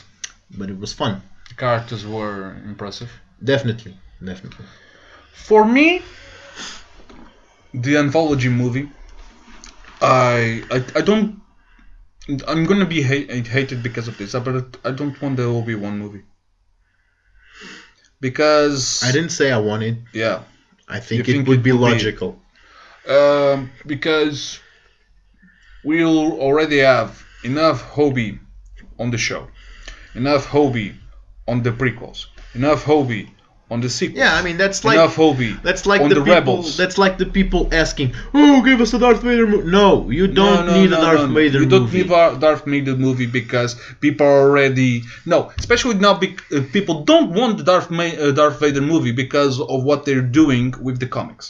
A: but it was fun.
B: The characters were impressive.
A: Definitely, definitely.
B: For me, the anthology movie. I I, I don't. I'm gonna be hate, hated because of this, uh, but I don't want the Obi Wan movie. Because
A: I didn't say I wanted.
B: Yeah.
A: I think
B: You
A: it
B: think
A: would
B: it
A: be
B: would be-
A: logical.
B: Um, because we'll already have enough hobby on the show, enough hobby on the prequels, enough hobby on the sequels,
A: Yeah, I mean that's like
B: enough hobby
A: That's like
B: on
A: the,
B: the,
A: people,
B: rebels.
A: That's like the people asking, "Oh, give us a Darth Vader movie." No, you don't
B: No, no,
A: need
B: no,
A: a Darth
B: no, no.
A: Vader
B: You don't
A: movie.
B: need a Darth Vader movie because people are already no, especially now. Bec- uh, people don't want the Darth Ma- uh, Darth Vader movie because of what they're doing with the comics.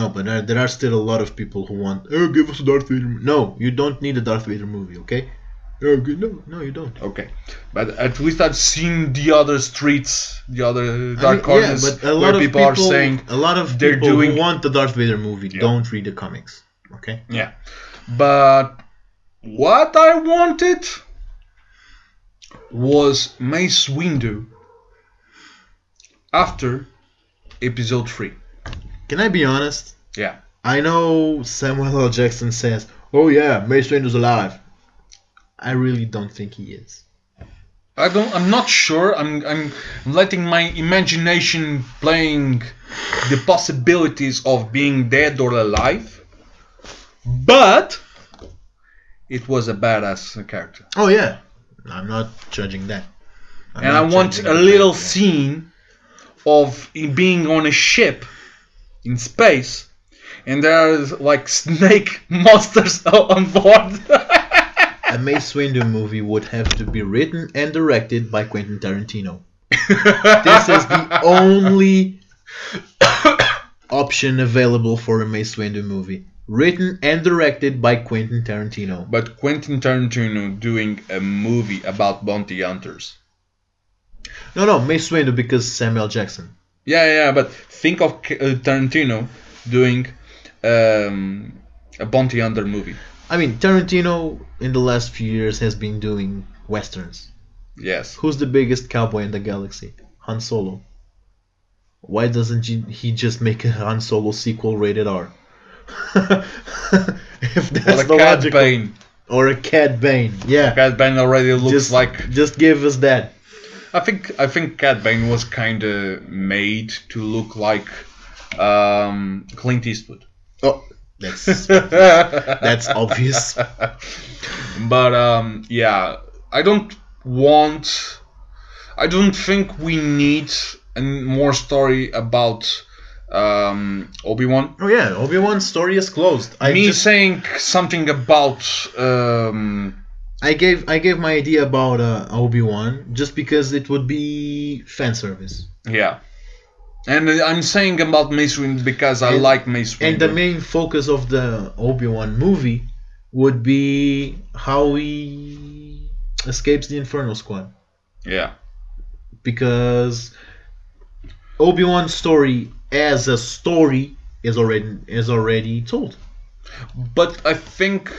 A: no, but there, there are still a lot of people who want, "Oh, give us a Darth Vader." Movie. No, you don't need a Darth Vader movie. Okay? Oh, good- No, no, you don't.
B: Okay, but at least I've seen the other streets, the other
A: I
B: dark
A: mean,
B: corners
A: yeah, but a lot
B: where
A: of
B: people, are saying,
A: a lot of
B: they're
A: people
B: doing-
A: who want the Darth Vader movie
B: Yeah.
A: don't read the comics. Okay?
B: yeah. But what I wanted was Mace Windu after Episode Three.
A: Can I be honest?
B: Yeah,
A: I know Samuel L. Jackson says, "Oh yeah, Mace Windu's alive." I really don't think he is.
B: I don't. I'm not sure. I'm I'm letting my imagination playing the possibilities of being dead or alive. But it was a badass character.
A: Oh yeah, I'm not judging that. I'm
B: and I
A: not
B: want
A: judging
B: a
A: that.
B: little scene of him being on a ship in space, and there's like snake [LAUGHS] monsters on board.
A: A Mace Windu movie would have to be written and directed by Quentin Tarantino. This is
B: [LAUGHS]
A: the only option available for a Mace Windu movie, written and directed by Quentin Tarantino.
B: but Quentin Tarantino doing a movie about bounty hunters.
A: No, no, Mace Windu because Samuel Jackson.
B: Yeah, yeah, but think of K- uh, Tarantino doing um, a bounty hunter movie.
A: I mean, Tarantino in the last few years has been doing westerns.
B: Yes.
A: Who's the biggest cowboy in the galaxy? Han Solo. Why doesn't he he just make a Han Solo sequel rated R? [LAUGHS] if that's
B: Or
A: the
B: a Cad
A: logic.
B: Bane.
A: Or a Cad Bane. Yeah.
B: Cad Bane already looks
A: Just
B: like
A: just give us that.
B: I think I think Cad Bane was kind of made to look like um, Clint Eastwood. [LAUGHS]
A: Oh, [LAUGHS] that's that's
B: [LAUGHS]
A: obvious. Oh,
B: But um, yeah, I don't want. I don't think we need and more story about um, Obi Wan.
A: Oh yeah, Obi Wan's story is closed. I
B: Me
A: just
B: saying something about um,
A: I gave I gave my idea about uh, Obi Wan just because it would be fan service.
B: yeah, and I'm saying about Mace Windu because I
A: And-
B: like Mace Windu.
A: And the main focus of the Obi Wan movie would be how he escapes the Inferno Squad
B: yeah,
A: because Obi Wan's story as a story is already is already told.
B: but I think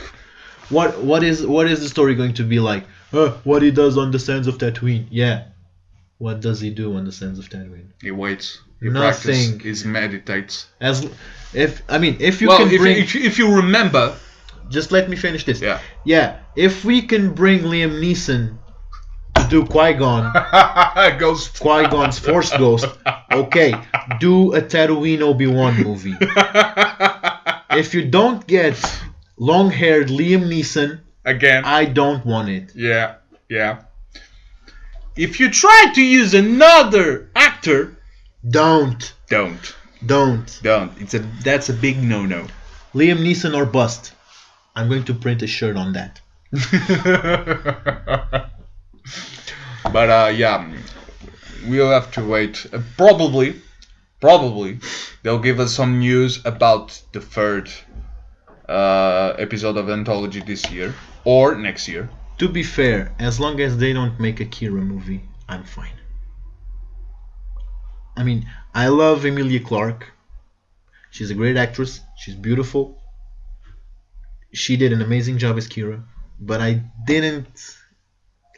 A: What what is what is the story going to be like? Uh, what he does on the sands of Tatooine? Yeah. What does he do on the sands of Tatooine?
B: he waits. He
A: Nothing.
B: practices. He meditates.
A: As if I mean, if you
B: well,
A: can
B: if,
A: bring,
B: if, if you remember, [LAUGHS]
A: just let me finish this.
B: yeah,
A: Yeah, if we can bring Liam Neeson to do Qui Gon,
B: Ghost.
A: Qui Gon's Force Ghost, okay, do a Tatooine Obi Wan movie. if you don't get long-haired Liam Neeson,
B: [LAUGHS] Again,
A: I don't want it.
B: Yeah, yeah. If you try to use another actor,
A: Don't,
B: don't,
A: don't.
B: don't. It's a that's a big no-no. [LAUGHS]
A: Liam Neeson or bust. I'm going to print a shirt on that.
B: but uh, yeah, we'll have to wait. Uh, probably, probably they'll give us some news about the third uh, episode of anthology this year or next year.
A: To be fair, as long as they don't make a Kira movie, I'm fine. I mean, I love Emilia Clarke. She's a great actress. She's beautiful. She did an amazing job as Kira, but I didn't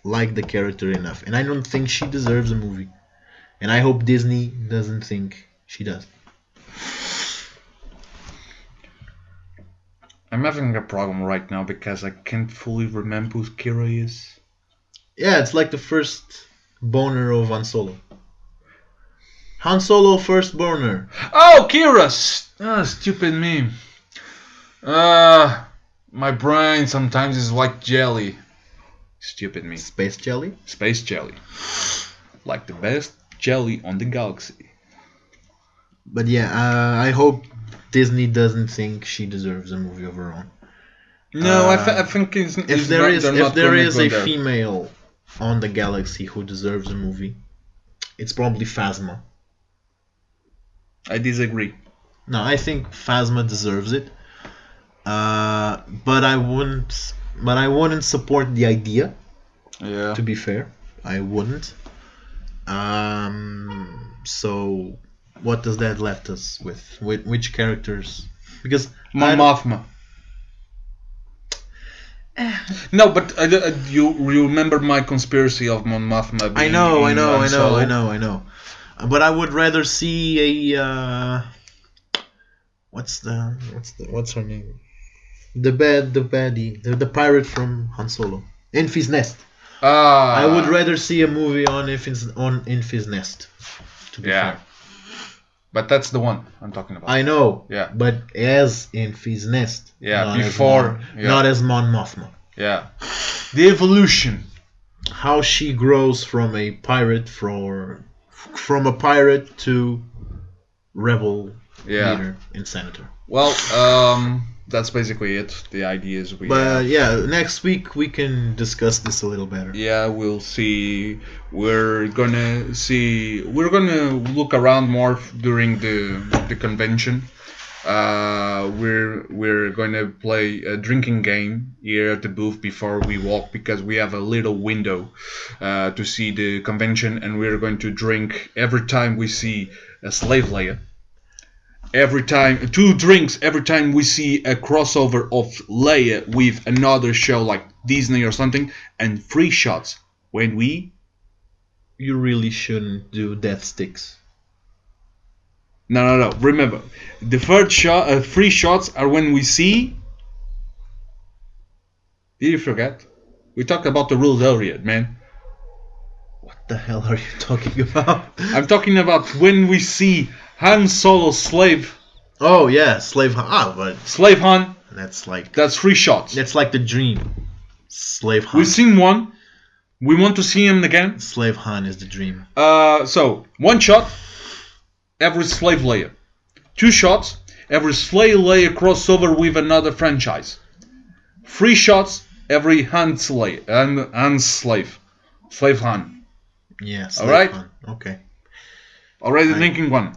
A: like the character enough, and I don't think she deserves a movie. And I hope Disney doesn't think she does.
B: I'm having a problem right now because I can't fully remember who Kira is.
A: Yeah, it's like the first boner of Han Solo. Han Solo first boner.
B: Oh, Kira! s- Ah, stupid me. Uh, my brain sometimes is like jelly. Stupid me.
A: Space jelly.
B: Space jelly. Like the best jelly on the galaxy.
A: But yeah, uh, I hope Disney doesn't think she deserves a movie of her own.
B: No, I, th-
A: Uh,
B: I think it's,
A: If
B: it's
A: there
B: not-
A: is,
B: they're
A: if
B: not
A: there
B: gonna
A: is
B: go
A: a
B: there.
A: female on the galaxy who deserves a movie, it's probably Phasma.
B: I disagree.
A: No, I think Phasma deserves it. Uh, but I wouldn't. But I wouldn't support the idea.
B: Yeah.
A: To be fair, I wouldn't. Um, so, what does that left us with? With which characters? Because
B: My
A: I-
B: [SIGHS] Mothma. No, but I, I- you you remember my conspiracy of Mon Mothma.
A: I
B: being
A: know, I
B: in
A: know,
B: Han
A: I know,
B: Solo?
A: I know, I know. Uh, But I would rather see a uh, what's the what's the what's her name? The bad the baddie the, the pirate from Han Solo. Infy's Nest.
B: Ah,
A: I would rather see a movie on Infy's on Infy's Nest. To be
B: Yeah.
A: fair.
B: But that's the one I'm talking about.
A: I know.
B: Yeah.
A: But as Infy's Nest.
B: Yeah,
A: not as
B: before,
A: Mon-
B: yeah.
A: Not as Mon Mothma.
B: Yeah. The evolution.
A: How she grows from a pirate for from a pirate to rebel
B: Yeah.
A: leader and senator.
B: Well, um, that's basically it. The ideas we.
A: But uh,
B: have.
A: yeah, next week we can discuss this a little better.
B: Yeah, we'll see. We're gonna see. We're gonna look around more f- during the the convention. Uh, we're we're gonna play a drinking game here at the booth before we walk because we have a little window uh, to see the convention, and we're going to drink every time we see a slave layer. Every time, two drinks every time we see a crossover of Leia with another show like Disney or something, and free shots when we.
A: You really shouldn't do death sticks.
B: No, no, no. Remember, the third shot, uh, free shots are when we see. Did you forget? We talked about the rules earlier, man.
A: What the hell are you [LAUGHS] talking about?
B: I'm talking about when we see Han Solo slave
A: oh yeah, slave. Hun- Ah, but
B: slave Han.
A: that's like
B: That's free shots.
A: that's like the dream. Slave hunt.
B: We've seen one.
C: We want to see him again.
A: Slave Han is the dream.
C: Uh, so one shot, every slave layer. Two shots, every slave layer crossover with another franchise. Three shots, every hand slave and hand slave, slave hand.
A: Yeah. Slave
C: right.
A: Han. Okay.
C: Already linking one.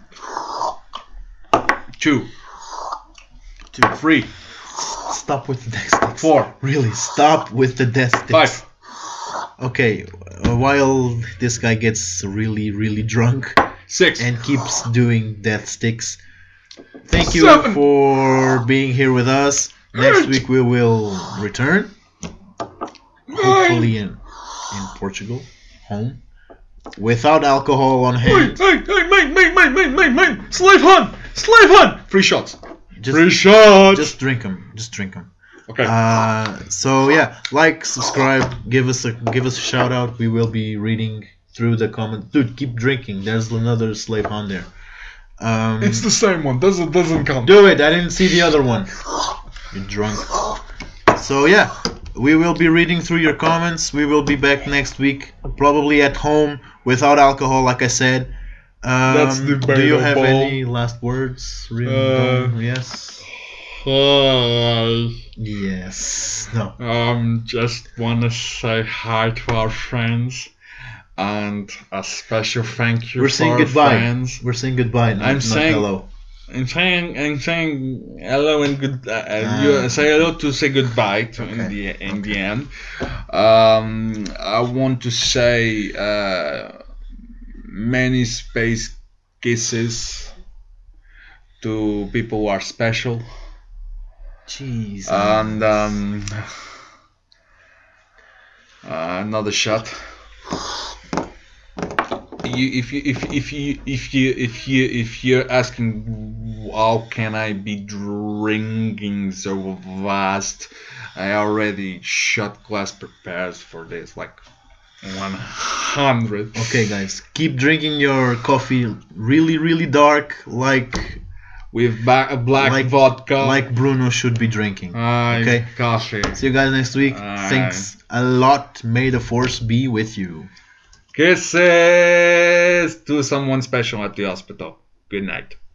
C: Two,
A: Two.
C: three,
A: Stop with the death sticks.
C: four,
A: Really, stop with the death sticks.
C: five.
A: Okay, uh, while this guy gets really, really drunk
C: Six. [SIGHS]
A: and keeps doing death sticks, thank you
C: Seven.
A: for being here with us. Next
C: Eight.
A: week we will return, hopefully in, in Portugal, home, without alcohol on
C: Hey,
A: hand.
C: hey, hey, mate, mate, mate, mate, mate, mate! Slave hunt! Slave hunt! Three shots. Three
A: Just,
C: shots!
A: just drink them. Just drink them.
C: okay.
A: Uh, so yeah, like, subscribe, give us a give us a shout out. We will be reading through the comments. Dude, keep drinking. There's another slave on there. Um,
C: it's the same one. Doesn't doesn't count.
A: do it. I didn't see the other one. You're drunk. So yeah, we will be reading through your comments. We will be back next week, probably at home without alcohol, like I said. Um,
C: That's the
A: do you have
C: ball.
A: any last words? Really?
C: Uh,
A: No? yes. Yes. No.
B: Um, just wanna say hi to our friends, and a special thank you
A: We're
B: for
A: saying
B: our
A: goodbye.
B: friends.
A: We're saying goodbye. Not,
B: I'm
A: not
B: saying-
A: hello.
B: And saying and saying hello and good. Uh, uh, you
A: Ah.
B: say hello to say goodbye to in the in the end. Um, I want to say uh, many space kisses to people who are special.
A: Jeez.
B: And um, [SIGHS] uh, another shot. You, if you if if you if you if you if you're asking how can I be drinking so fast, I already shot glass prepared for this like one hundred.
A: okay, guys, keep drinking your coffee really, really dark, like
B: with ba- black
A: Like-
B: vodka,
A: like Bruno should be drinking.
B: uh,
A: okay.
B: coffee.
A: See you guys next week.
B: Aye.
A: Thanks a lot. May the force be with you.
B: Kisses to someone special at the hospital. Good night.